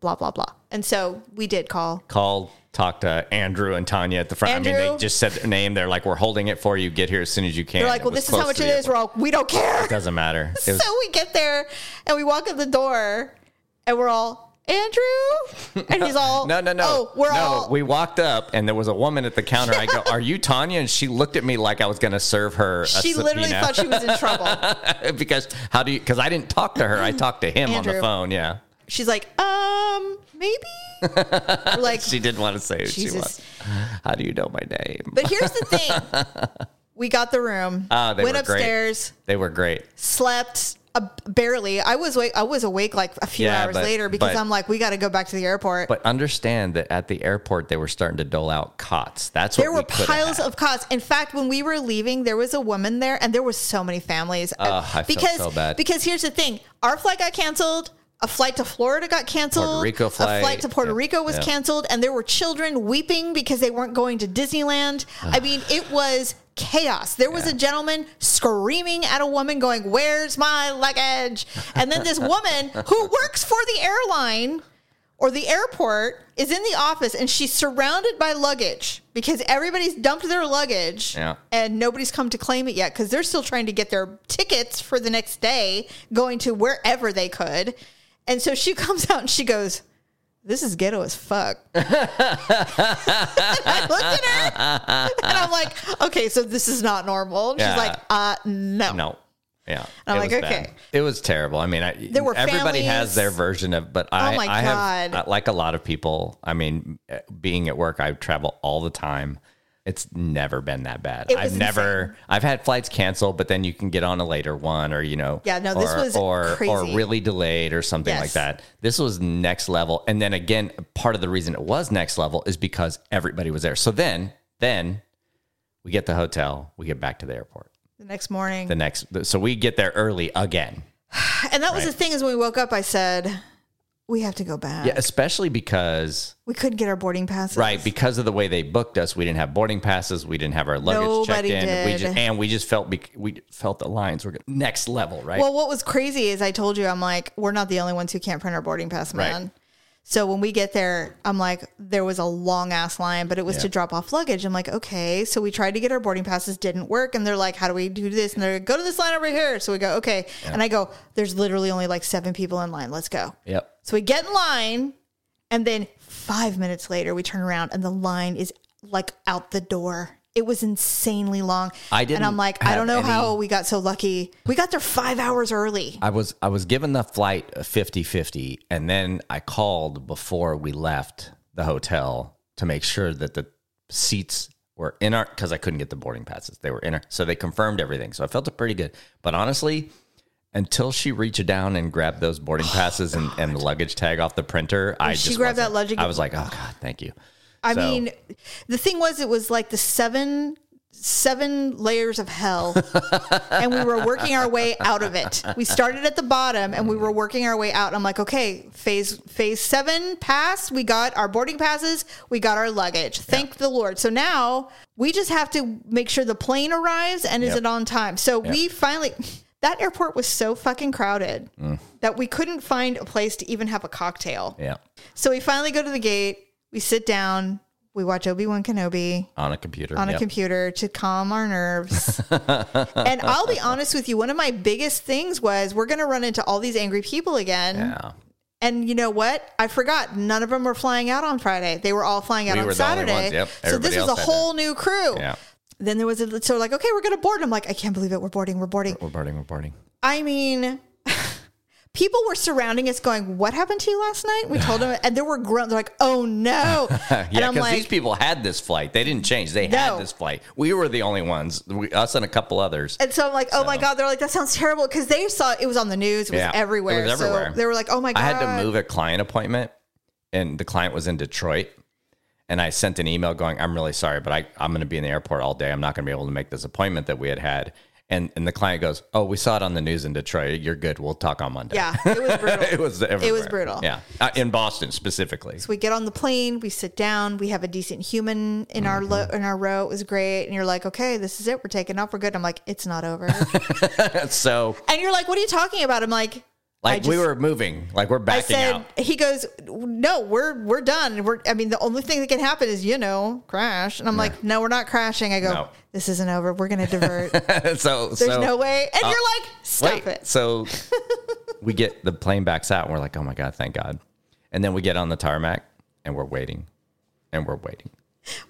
[SPEAKER 1] blah blah blah. And so we did call.
[SPEAKER 2] Called, talked to Andrew and Tanya at the front. I mean,
[SPEAKER 1] Andrew.
[SPEAKER 2] they just said their name. They're like, we're holding it for you. Get here as soon as you can.
[SPEAKER 1] They're like,
[SPEAKER 2] It
[SPEAKER 1] well,
[SPEAKER 2] was
[SPEAKER 1] this is how
[SPEAKER 2] close
[SPEAKER 1] much
[SPEAKER 2] to
[SPEAKER 1] it
[SPEAKER 2] the
[SPEAKER 1] is. We're all we don't care.
[SPEAKER 2] Doesn't matter. It was,
[SPEAKER 1] So we get there and we walk in the door and we're all Andrew, and he's all
[SPEAKER 2] no, no, no.
[SPEAKER 1] Oh, we're
[SPEAKER 2] no,
[SPEAKER 1] all
[SPEAKER 2] We walked up and there was a woman at the counter. I go, "Are you Tanya?" And she looked at me like I was going to serve her. A
[SPEAKER 1] she literally
[SPEAKER 2] subpoena.
[SPEAKER 1] thought she was in trouble.
[SPEAKER 2] because how do you? Because I didn't talk to her. I talked to him on
[SPEAKER 1] Andrew.
[SPEAKER 2] the phone. Yeah,
[SPEAKER 1] She's like, um, maybe. We're like,
[SPEAKER 2] she didn't want to say who she
[SPEAKER 1] Jesus.
[SPEAKER 2] was. How do you know my name?
[SPEAKER 1] but here's the thing: we got the room,
[SPEAKER 2] Ah, they
[SPEAKER 1] went
[SPEAKER 2] were great.
[SPEAKER 1] upstairs,
[SPEAKER 2] they were great.
[SPEAKER 1] slept. Uh, barely. I was wake. I was awake like a few
[SPEAKER 2] Yeah,
[SPEAKER 1] hours
[SPEAKER 2] but-
[SPEAKER 1] later because
[SPEAKER 2] but-
[SPEAKER 1] I'm like, we got to go back to the airport.
[SPEAKER 2] But understand that at the airport they were starting to dole out cots. That's what
[SPEAKER 1] There
[SPEAKER 2] we
[SPEAKER 1] were
[SPEAKER 2] coulda
[SPEAKER 1] piles
[SPEAKER 2] had.
[SPEAKER 1] of cots. In fact, when we were leaving, there was a woman there, and there were so many families. Uh,
[SPEAKER 2] Ugh, I felt
[SPEAKER 1] because
[SPEAKER 2] so bad.
[SPEAKER 1] because here's the thing: our flight got canceled. A flight to Florida got canceled.
[SPEAKER 2] Rico
[SPEAKER 1] A
[SPEAKER 2] flight.
[SPEAKER 1] flight to Puerto
[SPEAKER 2] Yep,
[SPEAKER 1] Rico was
[SPEAKER 2] yep.
[SPEAKER 1] canceled, and there were children weeping because they weren't going to Disneyland. I mean, it was chaos. There was a gentleman screaming at a woman, going, "Where's my luggage?" And then this woman who works for the airline or the airport is in the office and she's surrounded by luggage because everybody's dumped their luggage
[SPEAKER 2] Yeah.
[SPEAKER 1] and nobody's come to claim it yet because they're still trying to get their tickets for the next day going to wherever they could. And so she comes out and she goes, This is ghetto as fuck. and I looked at her and I'm like, Okay, so this is not normal. And
[SPEAKER 2] Yeah.
[SPEAKER 1] she's like, Uh, no.
[SPEAKER 2] No. Yeah.
[SPEAKER 1] I'm
[SPEAKER 2] it
[SPEAKER 1] like,
[SPEAKER 2] was bad.
[SPEAKER 1] okay.
[SPEAKER 2] It was terrible. I mean, I,
[SPEAKER 1] There were
[SPEAKER 2] everybody has
[SPEAKER 1] families. Oh
[SPEAKER 2] their version of, but I,
[SPEAKER 1] my
[SPEAKER 2] I have,
[SPEAKER 1] God.
[SPEAKER 2] I- like a lot of people, I mean, eh, being at work, I travel all the time. It's never been that bad.
[SPEAKER 1] It was
[SPEAKER 2] I've never, I've had flights canceled, but then you can get on a later one or, you know,
[SPEAKER 1] Yeah, no, this
[SPEAKER 2] or-
[SPEAKER 1] was
[SPEAKER 2] or, or
[SPEAKER 1] crazy.
[SPEAKER 2] really delayed or something like
[SPEAKER 1] Yes.
[SPEAKER 2] that. This was next level. And then again, part of the reason it was next level is because everybody was there. So then, then we get the hotel, we get back to the airport
[SPEAKER 1] The next morning.
[SPEAKER 2] the next so we get there early again
[SPEAKER 1] and that was the thing is when we woke up, I said, We have to go back.
[SPEAKER 2] yeah especially because
[SPEAKER 1] We couldn't get our boarding passes.
[SPEAKER 2] right because of the way they booked us we didn't have boarding passes we didn't have our luggage
[SPEAKER 1] Nobody
[SPEAKER 2] checked in we
[SPEAKER 1] did.
[SPEAKER 2] just and we just felt bec- we felt the lines were gonna- next level right
[SPEAKER 1] Well, what was crazy is I told you, I'm like, we're not the only ones who can't print our boarding pass,
[SPEAKER 2] Right.
[SPEAKER 1] man. So when we get there, I'm like, there was a long ass line, but it was to drop off luggage. I'm like, okay. So we tried to get our boarding passes, didn't work. And they're like, how do we do this? And they're like, go to this line over here. So we go, okay. And I go, there's literally only like seven people in line. Let's go.
[SPEAKER 2] yep
[SPEAKER 1] So we get in line, and then five minutes later, we turn around and the line is like out the door. It was insanely long.
[SPEAKER 2] I
[SPEAKER 1] And
[SPEAKER 2] didn't
[SPEAKER 1] I'm like, I
[SPEAKER 2] have
[SPEAKER 1] don't know
[SPEAKER 2] any-
[SPEAKER 1] how we got so lucky. We got there five hours early.
[SPEAKER 2] i was i was given the flight 50 50 and then i called before we left the hotel to make sure that the seats were in our because i couldn't get the boarding passes they were in our so they confirmed everything so i felt pretty good but honestly until she reached down and grabbed those boarding passes and, and the luggage tag off the printer, I
[SPEAKER 1] she
[SPEAKER 2] just
[SPEAKER 1] grabbed that
[SPEAKER 2] wasn't-
[SPEAKER 1] luggage-
[SPEAKER 2] I was like, oh god, thank you.
[SPEAKER 1] I
[SPEAKER 2] So-
[SPEAKER 1] mean, the thing was, it was like the seven seven layers of hell and we were working our way out of it. We started at the bottom and we were working our way out. I'm like, okay, phase phase seven passed. We got our boarding passes, we got our luggage. Thank the Lord. So now we just have to make sure the plane arrives and is
[SPEAKER 2] Yep.
[SPEAKER 1] it on time. So we finally that airport was so fucking crowded
[SPEAKER 2] Mm.
[SPEAKER 1] that we couldn't find a place to even have a cocktail.
[SPEAKER 2] Yeah.
[SPEAKER 1] So we finally go to the gate, we sit down, we watch Obi-Wan Kenobi
[SPEAKER 2] On a computer.
[SPEAKER 1] on a
[SPEAKER 2] Yep.
[SPEAKER 1] computer to calm our nerves. and I'll be honest with you, one of my biggest things was we're going to run into all these angry people again.
[SPEAKER 2] Yeah.
[SPEAKER 1] And you know what? I forgot none of them were flying out on Friday. They were all flying out
[SPEAKER 2] We
[SPEAKER 1] on
[SPEAKER 2] were the only
[SPEAKER 1] Saturday.
[SPEAKER 2] ones, yep.
[SPEAKER 1] So this
[SPEAKER 2] Everybody
[SPEAKER 1] was a
[SPEAKER 2] else had
[SPEAKER 1] whole new crew.
[SPEAKER 2] Yeah.
[SPEAKER 1] Then there was a so like, okay, we're going to board. I'm like, I can't believe it. We're boarding. We're boarding.
[SPEAKER 2] We're boarding. We're boarding.
[SPEAKER 1] I mean, people were surrounding us going, "What happened to you last night?" We told them, and there were grunts. They're like, "Oh no!" and
[SPEAKER 2] Yeah,
[SPEAKER 1] I'm
[SPEAKER 2] because
[SPEAKER 1] like,
[SPEAKER 2] these people had this flight. They didn't change. They
[SPEAKER 1] No.
[SPEAKER 2] had this flight. We were the only ones, we, us and a couple others.
[SPEAKER 1] And so I'm like, oh my god, they're like, that sounds terrible because they saw it was on the news, it was
[SPEAKER 2] Yeah, it was
[SPEAKER 1] everywhere.
[SPEAKER 2] everywhere.
[SPEAKER 1] So they were like, oh my god,
[SPEAKER 2] I had to move a client appointment, and the client was in Detroit. And I sent an email going, I'm really sorry, but I, I'm going to be in the airport all day. I'm not going to be able to make this appointment that we had had. And, and the client goes, Oh, we saw it on the news in Detroit. You're good. We'll talk on Monday.
[SPEAKER 1] Yeah, it was brutal.
[SPEAKER 2] it was everywhere.
[SPEAKER 1] brutal.
[SPEAKER 2] Yeah. Uh, in Boston specifically.
[SPEAKER 1] So we get on the plane, we sit down, we have a decent human in our lo-
[SPEAKER 2] Mm-hmm.
[SPEAKER 1] in our row. It was great, and you're like, okay, this is it, we're taking off, we're good. I'm like, it's not over, and
[SPEAKER 2] So,
[SPEAKER 1] you're like, what are you talking about? I'm like.
[SPEAKER 2] like, we
[SPEAKER 1] just-
[SPEAKER 2] were moving, like, we're
[SPEAKER 1] I
[SPEAKER 2] backing
[SPEAKER 1] said,
[SPEAKER 2] out.
[SPEAKER 1] he goes, no, we're we're done. We're, I mean, the only thing that can happen is you know crash, and I'm like, no, we're not crashing. I go,
[SPEAKER 2] No.
[SPEAKER 1] this isn't over. We're gonna divert.
[SPEAKER 2] so, uh,
[SPEAKER 1] There's no way, and you're like, stop
[SPEAKER 2] Wait,
[SPEAKER 1] it.
[SPEAKER 2] So we get the plane backs out and we're like, oh my God, thank God. And then we get on the tarmac and we're waiting and we're waiting.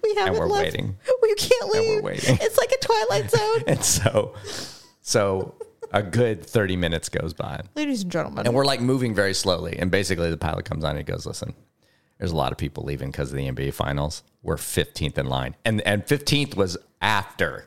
[SPEAKER 1] We haven't
[SPEAKER 2] we're
[SPEAKER 1] left.
[SPEAKER 2] waiting.
[SPEAKER 1] We can't leave.
[SPEAKER 2] we're waiting.
[SPEAKER 1] It's like a Twilight Zone.
[SPEAKER 2] And so, so a good 30 minutes goes by
[SPEAKER 1] Ladies and gentlemen,
[SPEAKER 2] and we're like moving very slowly. And basically the pilot comes on and he goes, listen, there's a lot of people leaving because of the NBA finals. We're 15th in line. And, and 15th was after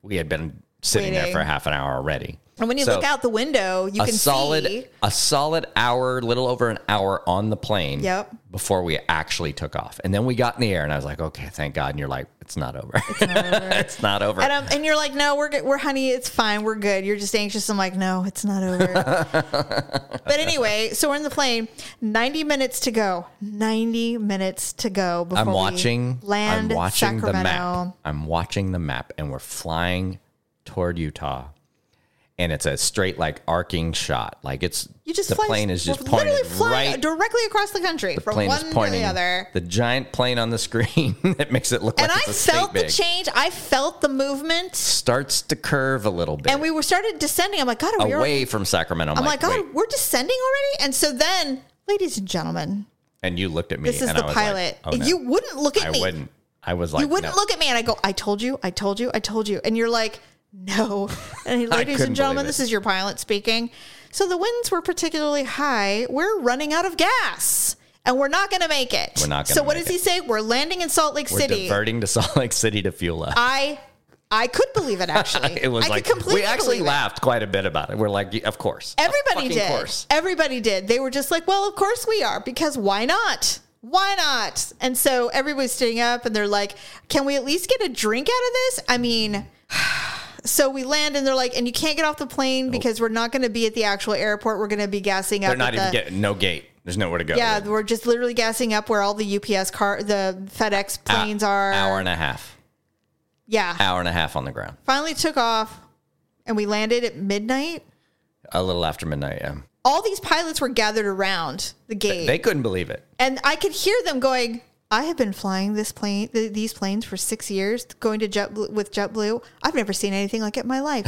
[SPEAKER 2] we had been sitting there
[SPEAKER 1] Waiting.
[SPEAKER 2] for half an hour already.
[SPEAKER 1] and when you
[SPEAKER 2] So-
[SPEAKER 1] look out the window, you
[SPEAKER 2] a
[SPEAKER 1] can
[SPEAKER 2] solid
[SPEAKER 1] see.
[SPEAKER 2] a solid hour, little over an hour on the plane.
[SPEAKER 1] Yep.
[SPEAKER 2] Before we actually took off, and then we got in the air, and I was like, "Okay, thank God." And you're like, "It's not over. It's not over."
[SPEAKER 1] And, I'm, and you're like, no, we're good. We're honey, it's fine. We're good. You're just anxious. I'm like, no, it's not over. but anyway, so we're in the plane. 90 minutes to go. 90 minutes to go. Before
[SPEAKER 2] I'm
[SPEAKER 1] we
[SPEAKER 2] watching.
[SPEAKER 1] Land
[SPEAKER 2] I'm watching
[SPEAKER 1] Sacramento.
[SPEAKER 2] the map. I'm watching the map, and we're flying toward Utah, and it's a straight, like, arcing shot. Like it's
[SPEAKER 1] You just
[SPEAKER 2] the
[SPEAKER 1] fly,
[SPEAKER 2] plane is just
[SPEAKER 1] we're literally
[SPEAKER 2] pointed
[SPEAKER 1] flying
[SPEAKER 2] right.
[SPEAKER 1] directly across the country from
[SPEAKER 2] plane
[SPEAKER 1] one
[SPEAKER 2] is pointing
[SPEAKER 1] to the other.
[SPEAKER 2] the giant plane on the screen that makes it look
[SPEAKER 1] and
[SPEAKER 2] like
[SPEAKER 1] I
[SPEAKER 2] it's a state
[SPEAKER 1] felt the
[SPEAKER 2] big.
[SPEAKER 1] change. I felt the movement.
[SPEAKER 2] starts to curve a little bit.
[SPEAKER 1] and we were started descending. I'm like, God, are we already?
[SPEAKER 2] away from Sacramento. I'm,
[SPEAKER 1] I'm like,
[SPEAKER 2] Oh,
[SPEAKER 1] oh,
[SPEAKER 2] like,
[SPEAKER 1] God,
[SPEAKER 2] wait.
[SPEAKER 1] we're descending already. And so then, ladies and gentlemen,
[SPEAKER 2] and you looked at me.
[SPEAKER 1] this is
[SPEAKER 2] and
[SPEAKER 1] the
[SPEAKER 2] I was
[SPEAKER 1] pilot.
[SPEAKER 2] Like, oh, no,
[SPEAKER 1] You wouldn't look at
[SPEAKER 2] I
[SPEAKER 1] me.
[SPEAKER 2] wouldn't. I was like,
[SPEAKER 1] You wouldn't
[SPEAKER 2] no.
[SPEAKER 1] look at me. And I go, I told you, I told you, I told you. And you're like, no. And ladies
[SPEAKER 2] couldn't
[SPEAKER 1] and gentlemen,
[SPEAKER 2] believe it.
[SPEAKER 1] this is your pilot speaking. So the winds were particularly high. We're running out of gas. And we're not going to make it.
[SPEAKER 2] We're not gonna
[SPEAKER 1] So what
[SPEAKER 2] make
[SPEAKER 1] does he say? We're landing in Salt Lake
[SPEAKER 2] We're
[SPEAKER 1] City.
[SPEAKER 2] diverting to Salt Lake City to fuel up.
[SPEAKER 1] I I could believe it actually.
[SPEAKER 2] it was
[SPEAKER 1] I
[SPEAKER 2] like
[SPEAKER 1] could completely
[SPEAKER 2] we actually
[SPEAKER 1] believe it.
[SPEAKER 2] laughed quite a bit about it. We're like, yeah, of course, Of
[SPEAKER 1] Everybody
[SPEAKER 2] fucking
[SPEAKER 1] did.
[SPEAKER 2] course.
[SPEAKER 1] Everybody did. They were just like, well, of course we are, because why not? Why not? And so everybody's sitting up and they're like, can we at least get a drink out of this? I mean, so we land and they're like, and you can't get off the plane because we're not going to be at the actual airport. We're going to be gassing up.
[SPEAKER 2] They're not
[SPEAKER 1] at
[SPEAKER 2] even
[SPEAKER 1] the,
[SPEAKER 2] getting no gate. There's nowhere to go.
[SPEAKER 1] Yeah, we're just literally gassing up where all the UPS car, the FedEx
[SPEAKER 2] A-
[SPEAKER 1] planes are.
[SPEAKER 2] hour and a half.
[SPEAKER 1] yeah.
[SPEAKER 2] Hour and a half on the ground.
[SPEAKER 1] Finally took off and we landed at midnight.
[SPEAKER 2] A little after midnight. Yeah,
[SPEAKER 1] All these pilots were gathered around the gate.
[SPEAKER 2] they couldn't believe it.
[SPEAKER 1] and I could hear them going. I have been flying this plane, th- these planes for six years, going to JetBlue with JetBlue. I've never seen anything like it in my life.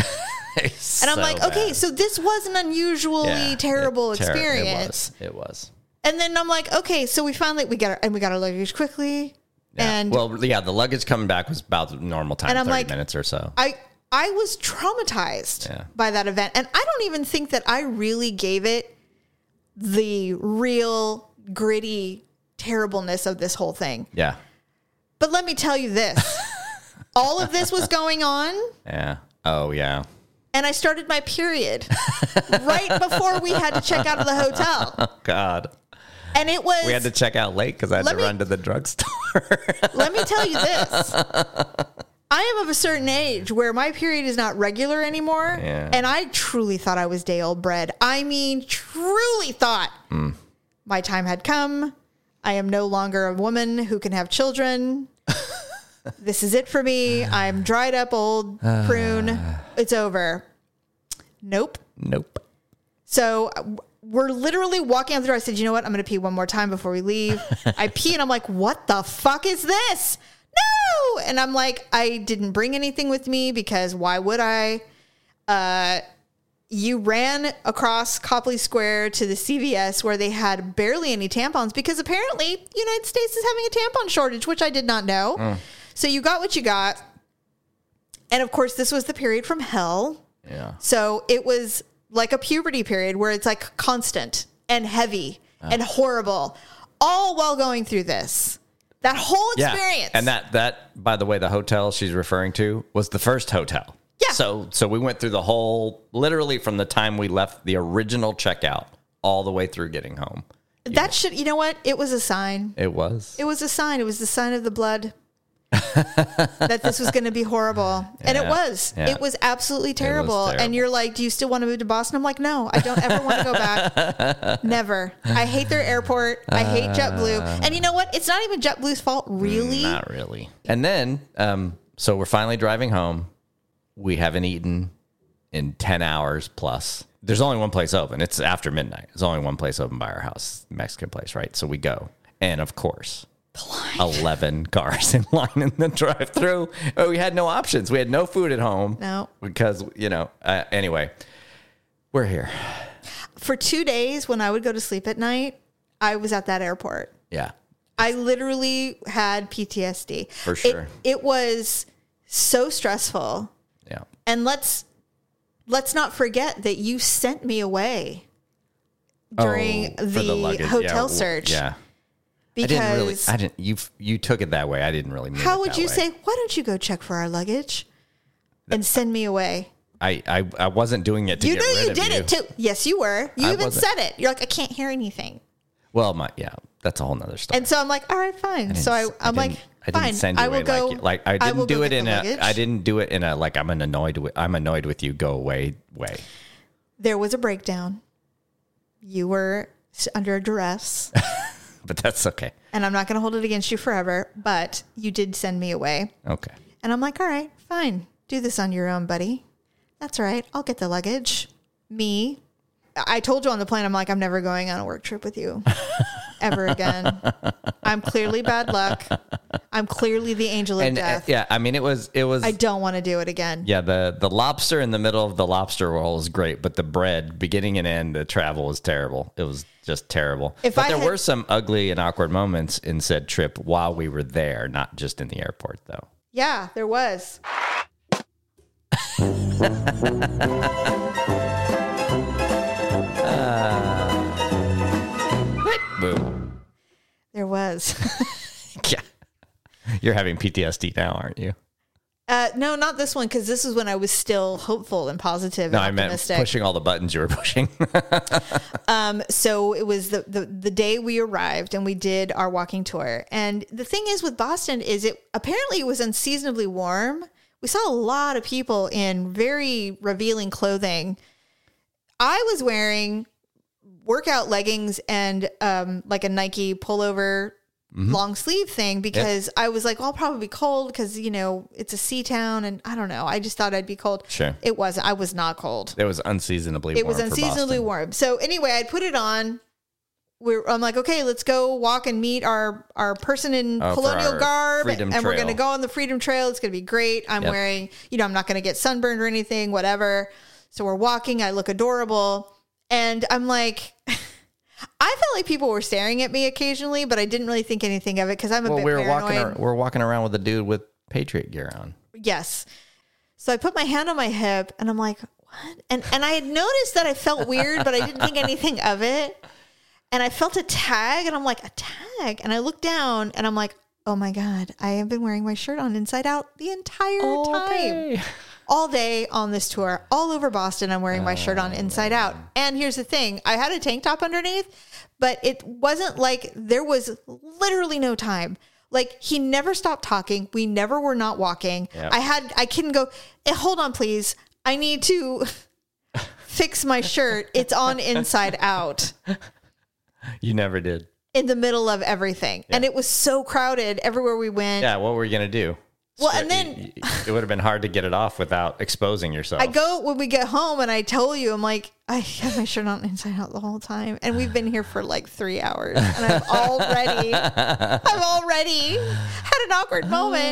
[SPEAKER 2] and
[SPEAKER 1] And I'm like, okay, so this was an unusually terrible experience.
[SPEAKER 2] It was. It was.
[SPEAKER 1] and then I'm like, okay, so we finally we got our and we got our luggage quickly,
[SPEAKER 2] Yeah.
[SPEAKER 1] and
[SPEAKER 2] well, yeah, the luggage coming back was about the normal time,
[SPEAKER 1] And I'm
[SPEAKER 2] 30
[SPEAKER 1] like-
[SPEAKER 2] minutes or so.
[SPEAKER 1] I I was traumatized
[SPEAKER 2] Yeah.
[SPEAKER 1] by that event, and I don't even think that I really gave it the real gritty terribleness of this whole thing.
[SPEAKER 2] yeah.
[SPEAKER 1] But let me tell you this. All of this was going on,
[SPEAKER 2] Yeah. Oh yeah.
[SPEAKER 1] and I started my period right before we had to check out of the hotel.
[SPEAKER 2] God.
[SPEAKER 1] And it was,
[SPEAKER 2] We had to check out late because I had
[SPEAKER 1] Let
[SPEAKER 2] to
[SPEAKER 1] me-
[SPEAKER 2] run to the drugstore.
[SPEAKER 1] let me tell you this. I am of a certain age where my period is not regular anymore.
[SPEAKER 2] Yeah.
[SPEAKER 1] And I truly thought I was day old bread. I mean, truly thought my time had come. I am no longer a woman who can have children. this is it for me. I'm dried up old prune. It's over. Nope.
[SPEAKER 2] Nope.
[SPEAKER 1] So uh, we're literally walking out the door. I said, you know what? I'm going to pee one more time before we leave. I pee and I'm like, what the fuck is this? No. And I'm like, I didn't bring anything with me because why would I? Uh, you ran across Copley Square to the CVS where they had barely any tampons because apparently the United States is having a tampon shortage, which I did not know. So you got what you got. And of course, this was the period from hell.
[SPEAKER 2] Yeah.
[SPEAKER 1] So it was like a puberty period where it's like constant and heavy
[SPEAKER 2] Ah.
[SPEAKER 1] and horrible, all while going through this. That whole experience.
[SPEAKER 2] And that that by the way, the hotel she's referring to was the first hotel.
[SPEAKER 1] Yeah.
[SPEAKER 2] So so we went through the whole literally from the time we left the original checkout all the way through getting home.
[SPEAKER 1] that should you know what? It was a sign.
[SPEAKER 2] It was.
[SPEAKER 1] It was a sign. It was the sign of the blood. that this was going to be horrible. And it
[SPEAKER 2] Yeah.
[SPEAKER 1] was.
[SPEAKER 2] Yeah.
[SPEAKER 1] It was absolutely terrible. And
[SPEAKER 2] terrible.
[SPEAKER 1] you're like, do you still want to move to Boston? I'm like, no, I don't ever want to go back. Never. I hate their airport. I hate JetBlue. And you know what? It's not even JetBlue's fault, really.
[SPEAKER 2] Mm, Not really. And then um so we're finally driving home. We haven't eaten in 10 hours plus. There's only one place open. It's after midnight. There's only one place open by our house, Mexican place, right? So we go. And of course, 11 cars in line in the drive through. We had no options. We had no food at home.
[SPEAKER 1] No.
[SPEAKER 2] Because, you know, uh, anyway, we're here.
[SPEAKER 1] for two days when I would go to sleep at night, I was at that airport.
[SPEAKER 2] Yeah.
[SPEAKER 1] I literally had PTSD.
[SPEAKER 2] For sure.
[SPEAKER 1] It, it was so stressful.
[SPEAKER 2] Yeah.
[SPEAKER 1] And let's let's not forget that you sent me away during
[SPEAKER 2] Oh, for
[SPEAKER 1] the,
[SPEAKER 2] luggage.
[SPEAKER 1] hotel
[SPEAKER 2] Yeah, w-
[SPEAKER 1] search.
[SPEAKER 2] Yeah. I
[SPEAKER 1] Because
[SPEAKER 2] didn't really, I didn't, you, you took it that way. I didn't really mean
[SPEAKER 1] how
[SPEAKER 2] it
[SPEAKER 1] would
[SPEAKER 2] that
[SPEAKER 1] you
[SPEAKER 2] way.
[SPEAKER 1] say, why don't you go check for our luggage and send me away?
[SPEAKER 2] I, I, I wasn't doing it to
[SPEAKER 1] You
[SPEAKER 2] get
[SPEAKER 1] know
[SPEAKER 2] rid
[SPEAKER 1] you
[SPEAKER 2] of
[SPEAKER 1] did
[SPEAKER 2] you.
[SPEAKER 1] it too. Yes, you were. You
[SPEAKER 2] I
[SPEAKER 1] even
[SPEAKER 2] wasn't.
[SPEAKER 1] said it. You're like, I can't hear anything.
[SPEAKER 2] Well, my, yeah, that's a whole nother story.
[SPEAKER 1] And so I'm like, all right, fine. so I,
[SPEAKER 2] didn't-
[SPEAKER 1] I'm like,
[SPEAKER 2] didn't-
[SPEAKER 1] fine.
[SPEAKER 2] I didn't send you
[SPEAKER 1] I will
[SPEAKER 2] away
[SPEAKER 1] go.
[SPEAKER 2] like, like I didn't
[SPEAKER 1] will go
[SPEAKER 2] do it
[SPEAKER 1] get
[SPEAKER 2] in
[SPEAKER 1] the
[SPEAKER 2] a.
[SPEAKER 1] luggage.
[SPEAKER 2] I didn't do it in a like I'm an annoyed with, I'm annoyed with you go away way.
[SPEAKER 1] There was a breakdown. You were s- under duress,
[SPEAKER 2] But that's okay.
[SPEAKER 1] and I'm not going to hold it against you forever. But you did send me away,
[SPEAKER 2] Okay.
[SPEAKER 1] and I'm like, all right, fine. Do this on your own, buddy. That's all right. I'll get the luggage. Me. I told you on the plane, I'm like, I'm never going on a work trip with you ever again. I'm clearly bad luck. I'm clearly the angel of
[SPEAKER 2] And uh,
[SPEAKER 1] death.
[SPEAKER 2] yeah, I mean it was it was
[SPEAKER 1] I don't want to do it again.
[SPEAKER 2] yeah, the the lobster in the middle of the lobster roll is great, but the bread beginning and end, the travel was terrible. It was just terrible.
[SPEAKER 1] If
[SPEAKER 2] but
[SPEAKER 1] I
[SPEAKER 2] there
[SPEAKER 1] had-
[SPEAKER 2] were some ugly and awkward moments in said trip while we were there, not just in the airport though.
[SPEAKER 1] Yeah, there was.
[SPEAKER 2] Boom.
[SPEAKER 1] There was.
[SPEAKER 2] Yeah. You're having PTSD now, aren't you?
[SPEAKER 1] Uh, no, not this one because this is when I was still hopeful and positive
[SPEAKER 2] No, I
[SPEAKER 1] and
[SPEAKER 2] meant
[SPEAKER 1] optimistic.
[SPEAKER 2] pushing all the buttons you were pushing.
[SPEAKER 1] so it was the, the the day we arrived and we did our walking tour. And the thing is with Boston is it apparently it was unseasonably warm. We saw a lot of people in very revealing clothing. I was wearing workout leggings and um, like a Nike pullover long sleeve thing because I was like, I'll probably be cold because you know it's a sea town and I don't know. I just thought I'd be cold.
[SPEAKER 2] Sure.
[SPEAKER 1] it was. I was not cold.
[SPEAKER 2] It was unseasonably
[SPEAKER 1] It
[SPEAKER 2] warm.
[SPEAKER 1] was unseasonably warm. So anyway, I put it on. We're, I'm like, okay, let's go walk and meet our our person in
[SPEAKER 2] Oh, for
[SPEAKER 1] colonial
[SPEAKER 2] our
[SPEAKER 1] garb, and
[SPEAKER 2] Freedom
[SPEAKER 1] we're
[SPEAKER 2] Trail.
[SPEAKER 1] gonna go on the Freedom Trail. It's gonna be great. I'm
[SPEAKER 2] Yep.
[SPEAKER 1] wearing, you know, I'm not gonna get sunburned or anything, whatever. So we're walking. I look adorable, and I'm like, I felt like people were staring at me occasionally, but I didn't really think anything of it because I'm a
[SPEAKER 2] Well,
[SPEAKER 1] bit
[SPEAKER 2] we were
[SPEAKER 1] paranoid.
[SPEAKER 2] walking. Ar- we were walking around with a dude with Patriot gear on.
[SPEAKER 1] Yes. So I put my hand on my hip and I'm like, what? And and I had noticed that I felt weird, but I didn't think anything of it. And I felt a tag and I'm like, a tag. And I looked down and I'm like, oh my God, I have been wearing my shirt on inside out the entire
[SPEAKER 2] Oh,
[SPEAKER 1] time. All day on this tour, all over Boston, I'm wearing my shirt on
[SPEAKER 2] Oh,
[SPEAKER 1] inside out. And here's the thing I had a tank top underneath, but it wasn't like there was literally no time. Like he never stopped talking. We never were not walking.
[SPEAKER 2] Yep.
[SPEAKER 1] I had I couldn't go. "Eh, hold on, please. I need to fix my shirt. It's on inside out
[SPEAKER 2] You never did.
[SPEAKER 1] in the middle of everything, and it was so crowded everywhere we went.
[SPEAKER 2] Yeah, what were you gonna do?
[SPEAKER 1] Well,
[SPEAKER 2] So
[SPEAKER 1] and then-
[SPEAKER 2] y- y- it would have been hard to get it off without exposing yourself.
[SPEAKER 1] I go when we get home, and I tell you, I'm like, I have my shirt on inside out the whole time, and we've been here for like three hours, and I've already, I've already had an awkward moment,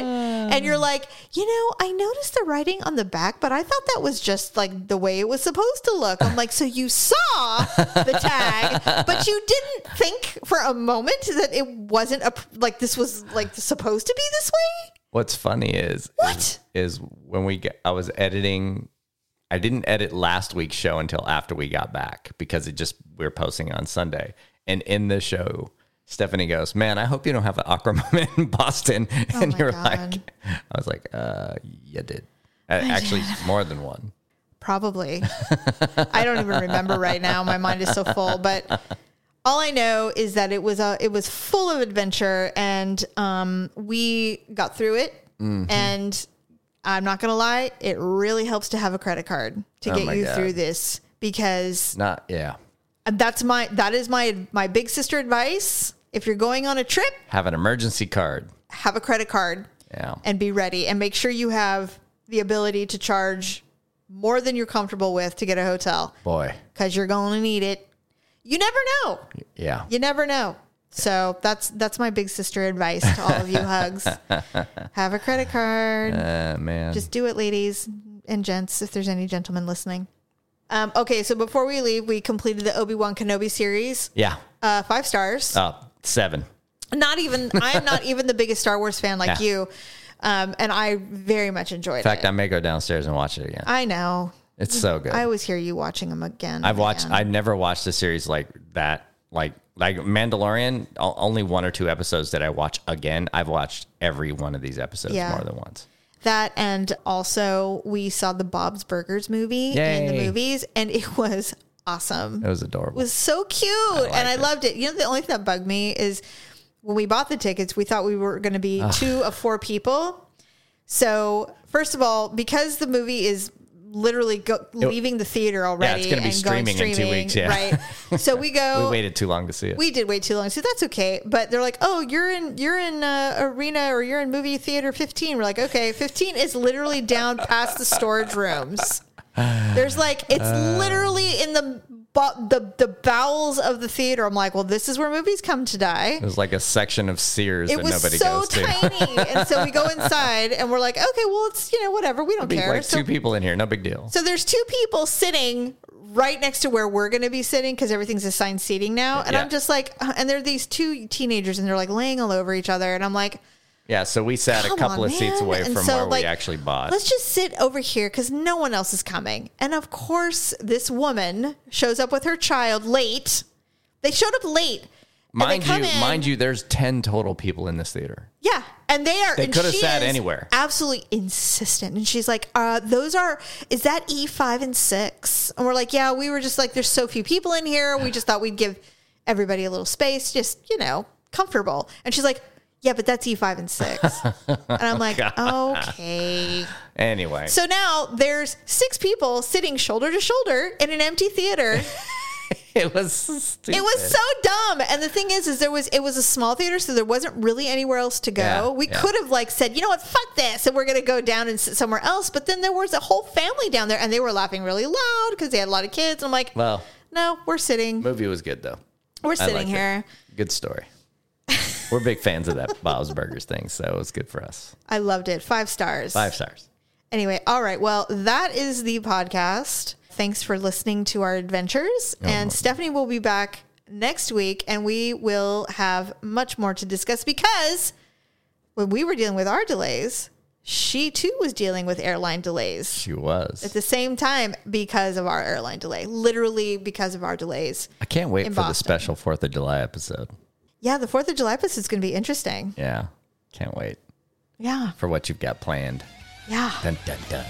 [SPEAKER 1] and you're like, you know, I noticed the writing on the back, but I thought that was just like the way it was supposed to look. I'm like, so you saw the tag, but you didn't think for a moment that it wasn't a like this was like supposed to be this way.
[SPEAKER 2] What's funny is
[SPEAKER 1] What?
[SPEAKER 2] is, is when we get, I was editing. I didn't edit last week's show until after we got back because it just we were posting on Sunday. And in the show, Stephanie goes, "Man, I hope you don't have an awkward moment in Boston." and
[SPEAKER 1] Oh my
[SPEAKER 2] you're
[SPEAKER 1] God.
[SPEAKER 2] like, "I was like, uh, you did." Uh, actually, more than one.
[SPEAKER 1] Probably. I don't even remember right now. My mind is so full, but all I know is that it was a it was full of adventure and um we got through it
[SPEAKER 2] Mm-hmm.
[SPEAKER 1] and I'm not going to lie, it really helps to have a credit card to
[SPEAKER 2] Oh my
[SPEAKER 1] get you
[SPEAKER 2] God.
[SPEAKER 1] through this because
[SPEAKER 2] Not yeah.
[SPEAKER 1] that's my that is my my big sister advice. If you're going on a trip,
[SPEAKER 2] Have an emergency card.
[SPEAKER 1] have a credit card
[SPEAKER 2] Yeah.
[SPEAKER 1] and be ready and make sure you have the ability to charge more than you're comfortable with to get a hotel
[SPEAKER 2] Boy.
[SPEAKER 1] because you're going to need it. You never know.
[SPEAKER 2] Yeah.
[SPEAKER 1] You never know. So that's that's my big sister advice to all of you hugs. Have a credit card.
[SPEAKER 2] Uh, man.
[SPEAKER 1] Just do it, ladies and gents, if there's any gentlemen listening. Um, okay, so before we leave, we completed the Obi Wan Kenobi series,
[SPEAKER 2] yeah.
[SPEAKER 1] uh, five stars.
[SPEAKER 2] Uh, seven.
[SPEAKER 1] not even I am not even the biggest Star Wars fan like
[SPEAKER 2] Yeah.
[SPEAKER 1] you, um, and I very much enjoyed
[SPEAKER 2] In fact,
[SPEAKER 1] it.
[SPEAKER 2] I may go downstairs and watch it again.
[SPEAKER 1] I know.
[SPEAKER 2] It's so good.
[SPEAKER 1] I always hear you watching them again.
[SPEAKER 2] I've watched. I never watched a series like that. Like like Mandalorian. o- Only one or two episodes that I watch again. I've watched every one of these episodes
[SPEAKER 1] Yeah.
[SPEAKER 2] more than once.
[SPEAKER 1] That and also we saw the Bob's Burgers movie in the
[SPEAKER 2] Yay.
[SPEAKER 1] movies, and it was awesome.
[SPEAKER 2] It was adorable.
[SPEAKER 1] It was so cute, and I
[SPEAKER 2] it.
[SPEAKER 1] loved it. You know, the only thing that bugged me is when we bought the tickets, we thought we were going to be two of four people. So first of all, because the movie is literally go- leaving the theater already,
[SPEAKER 2] gonna be streaming in two weeks, yeah.
[SPEAKER 1] right? So we go.
[SPEAKER 2] we waited too long to see it.
[SPEAKER 1] we did wait too long, so that's okay. But they're like, "Oh, you're in you're in uh, arena or you're in movie theater 15." We're like, "Okay, 15 is literally down past the storage rooms." There's like it's
[SPEAKER 2] Uh.
[SPEAKER 1] literally in the bo- the the bowels of the theater. I'm like, "Well, this is where movies come to die."
[SPEAKER 2] it was like a section of Sears
[SPEAKER 1] It
[SPEAKER 2] that
[SPEAKER 1] was
[SPEAKER 2] nobody
[SPEAKER 1] so
[SPEAKER 2] goes to.
[SPEAKER 1] tiny, and so we go inside, and we're like, "Okay, well, it's you know whatever. We don't
[SPEAKER 2] Be
[SPEAKER 1] care."
[SPEAKER 2] like
[SPEAKER 1] so
[SPEAKER 2] two people in here, no big deal.
[SPEAKER 1] so there's two people sitting right next to where we're going to be sitting because everything's assigned seating now. And
[SPEAKER 2] Yeah.
[SPEAKER 1] I'm just like, uh, and there are these two teenagers and they're like laying all over each other. And I'm like,
[SPEAKER 2] Yeah, so we sat a
[SPEAKER 1] Come
[SPEAKER 2] couple
[SPEAKER 1] on,
[SPEAKER 2] of seats
[SPEAKER 1] man.
[SPEAKER 2] away
[SPEAKER 1] And
[SPEAKER 2] from
[SPEAKER 1] so,
[SPEAKER 2] where
[SPEAKER 1] like,
[SPEAKER 2] we actually bought.
[SPEAKER 1] let's just sit over here because no one else is coming. And of course, this woman shows up with her child late. They showed up late.
[SPEAKER 2] Mind you,
[SPEAKER 1] come in-
[SPEAKER 2] mind you, there's ten total people in this theater.
[SPEAKER 1] Yeah, and they are. They
[SPEAKER 2] could have sat anywhere.
[SPEAKER 1] Absolutely insistent, and she's like, "Uh, those are. Is that E five and six? And we're like, "Yeah, we were just like, there's so few people in here. We just thought we'd give everybody a little space, just you know, comfortable." And she's like, "Yeah, but that's E five and six. and
[SPEAKER 2] Oh,
[SPEAKER 1] I'm like, "Okay."
[SPEAKER 2] Anyway,
[SPEAKER 1] So now there's six people sitting shoulder to shoulder in an empty theater.
[SPEAKER 2] it was stupid.
[SPEAKER 1] It was so dumb. And the thing is, is there was it was a small theater, so there wasn't really anywhere else to go.
[SPEAKER 2] Yeah,
[SPEAKER 1] we
[SPEAKER 2] yeah.
[SPEAKER 1] could have like said, you know what, fuck this, and we're gonna go down and sit somewhere else. But then there was a whole family down there, and they were laughing really loud because they had a lot of kids. And I'm like,
[SPEAKER 2] Well,
[SPEAKER 1] no, we're sitting,
[SPEAKER 2] movie was good though.
[SPEAKER 1] we're
[SPEAKER 2] I
[SPEAKER 1] sitting
[SPEAKER 2] liked it.
[SPEAKER 1] here.
[SPEAKER 2] Good story. We're big fans of that Bob's Burgers thing, so it was good for us.
[SPEAKER 1] I loved it. Five stars.
[SPEAKER 2] Five stars.
[SPEAKER 1] Anyway, all right. Well, that is the podcast. Thanks for listening to our adventures. And Stephanie will be back next week, and we will have much more to discuss because when we were dealing with our delays, she too was dealing with airline delays
[SPEAKER 2] She was.
[SPEAKER 1] at the same time because of our airline delay, literally because of our delays.
[SPEAKER 2] I can't wait for
[SPEAKER 1] in
[SPEAKER 2] the
[SPEAKER 1] Boston.
[SPEAKER 2] special Fourth of July episode.
[SPEAKER 1] Yeah, the 4th of July episode is going to be interesting.
[SPEAKER 2] Yeah, can't wait
[SPEAKER 1] Yeah.
[SPEAKER 2] for what you've got planned.
[SPEAKER 1] Yeah.
[SPEAKER 2] Dun dun dun.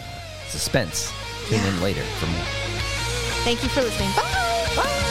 [SPEAKER 2] Suspense. Tune in later for more.
[SPEAKER 1] Thank you for listening. Bye. Bye.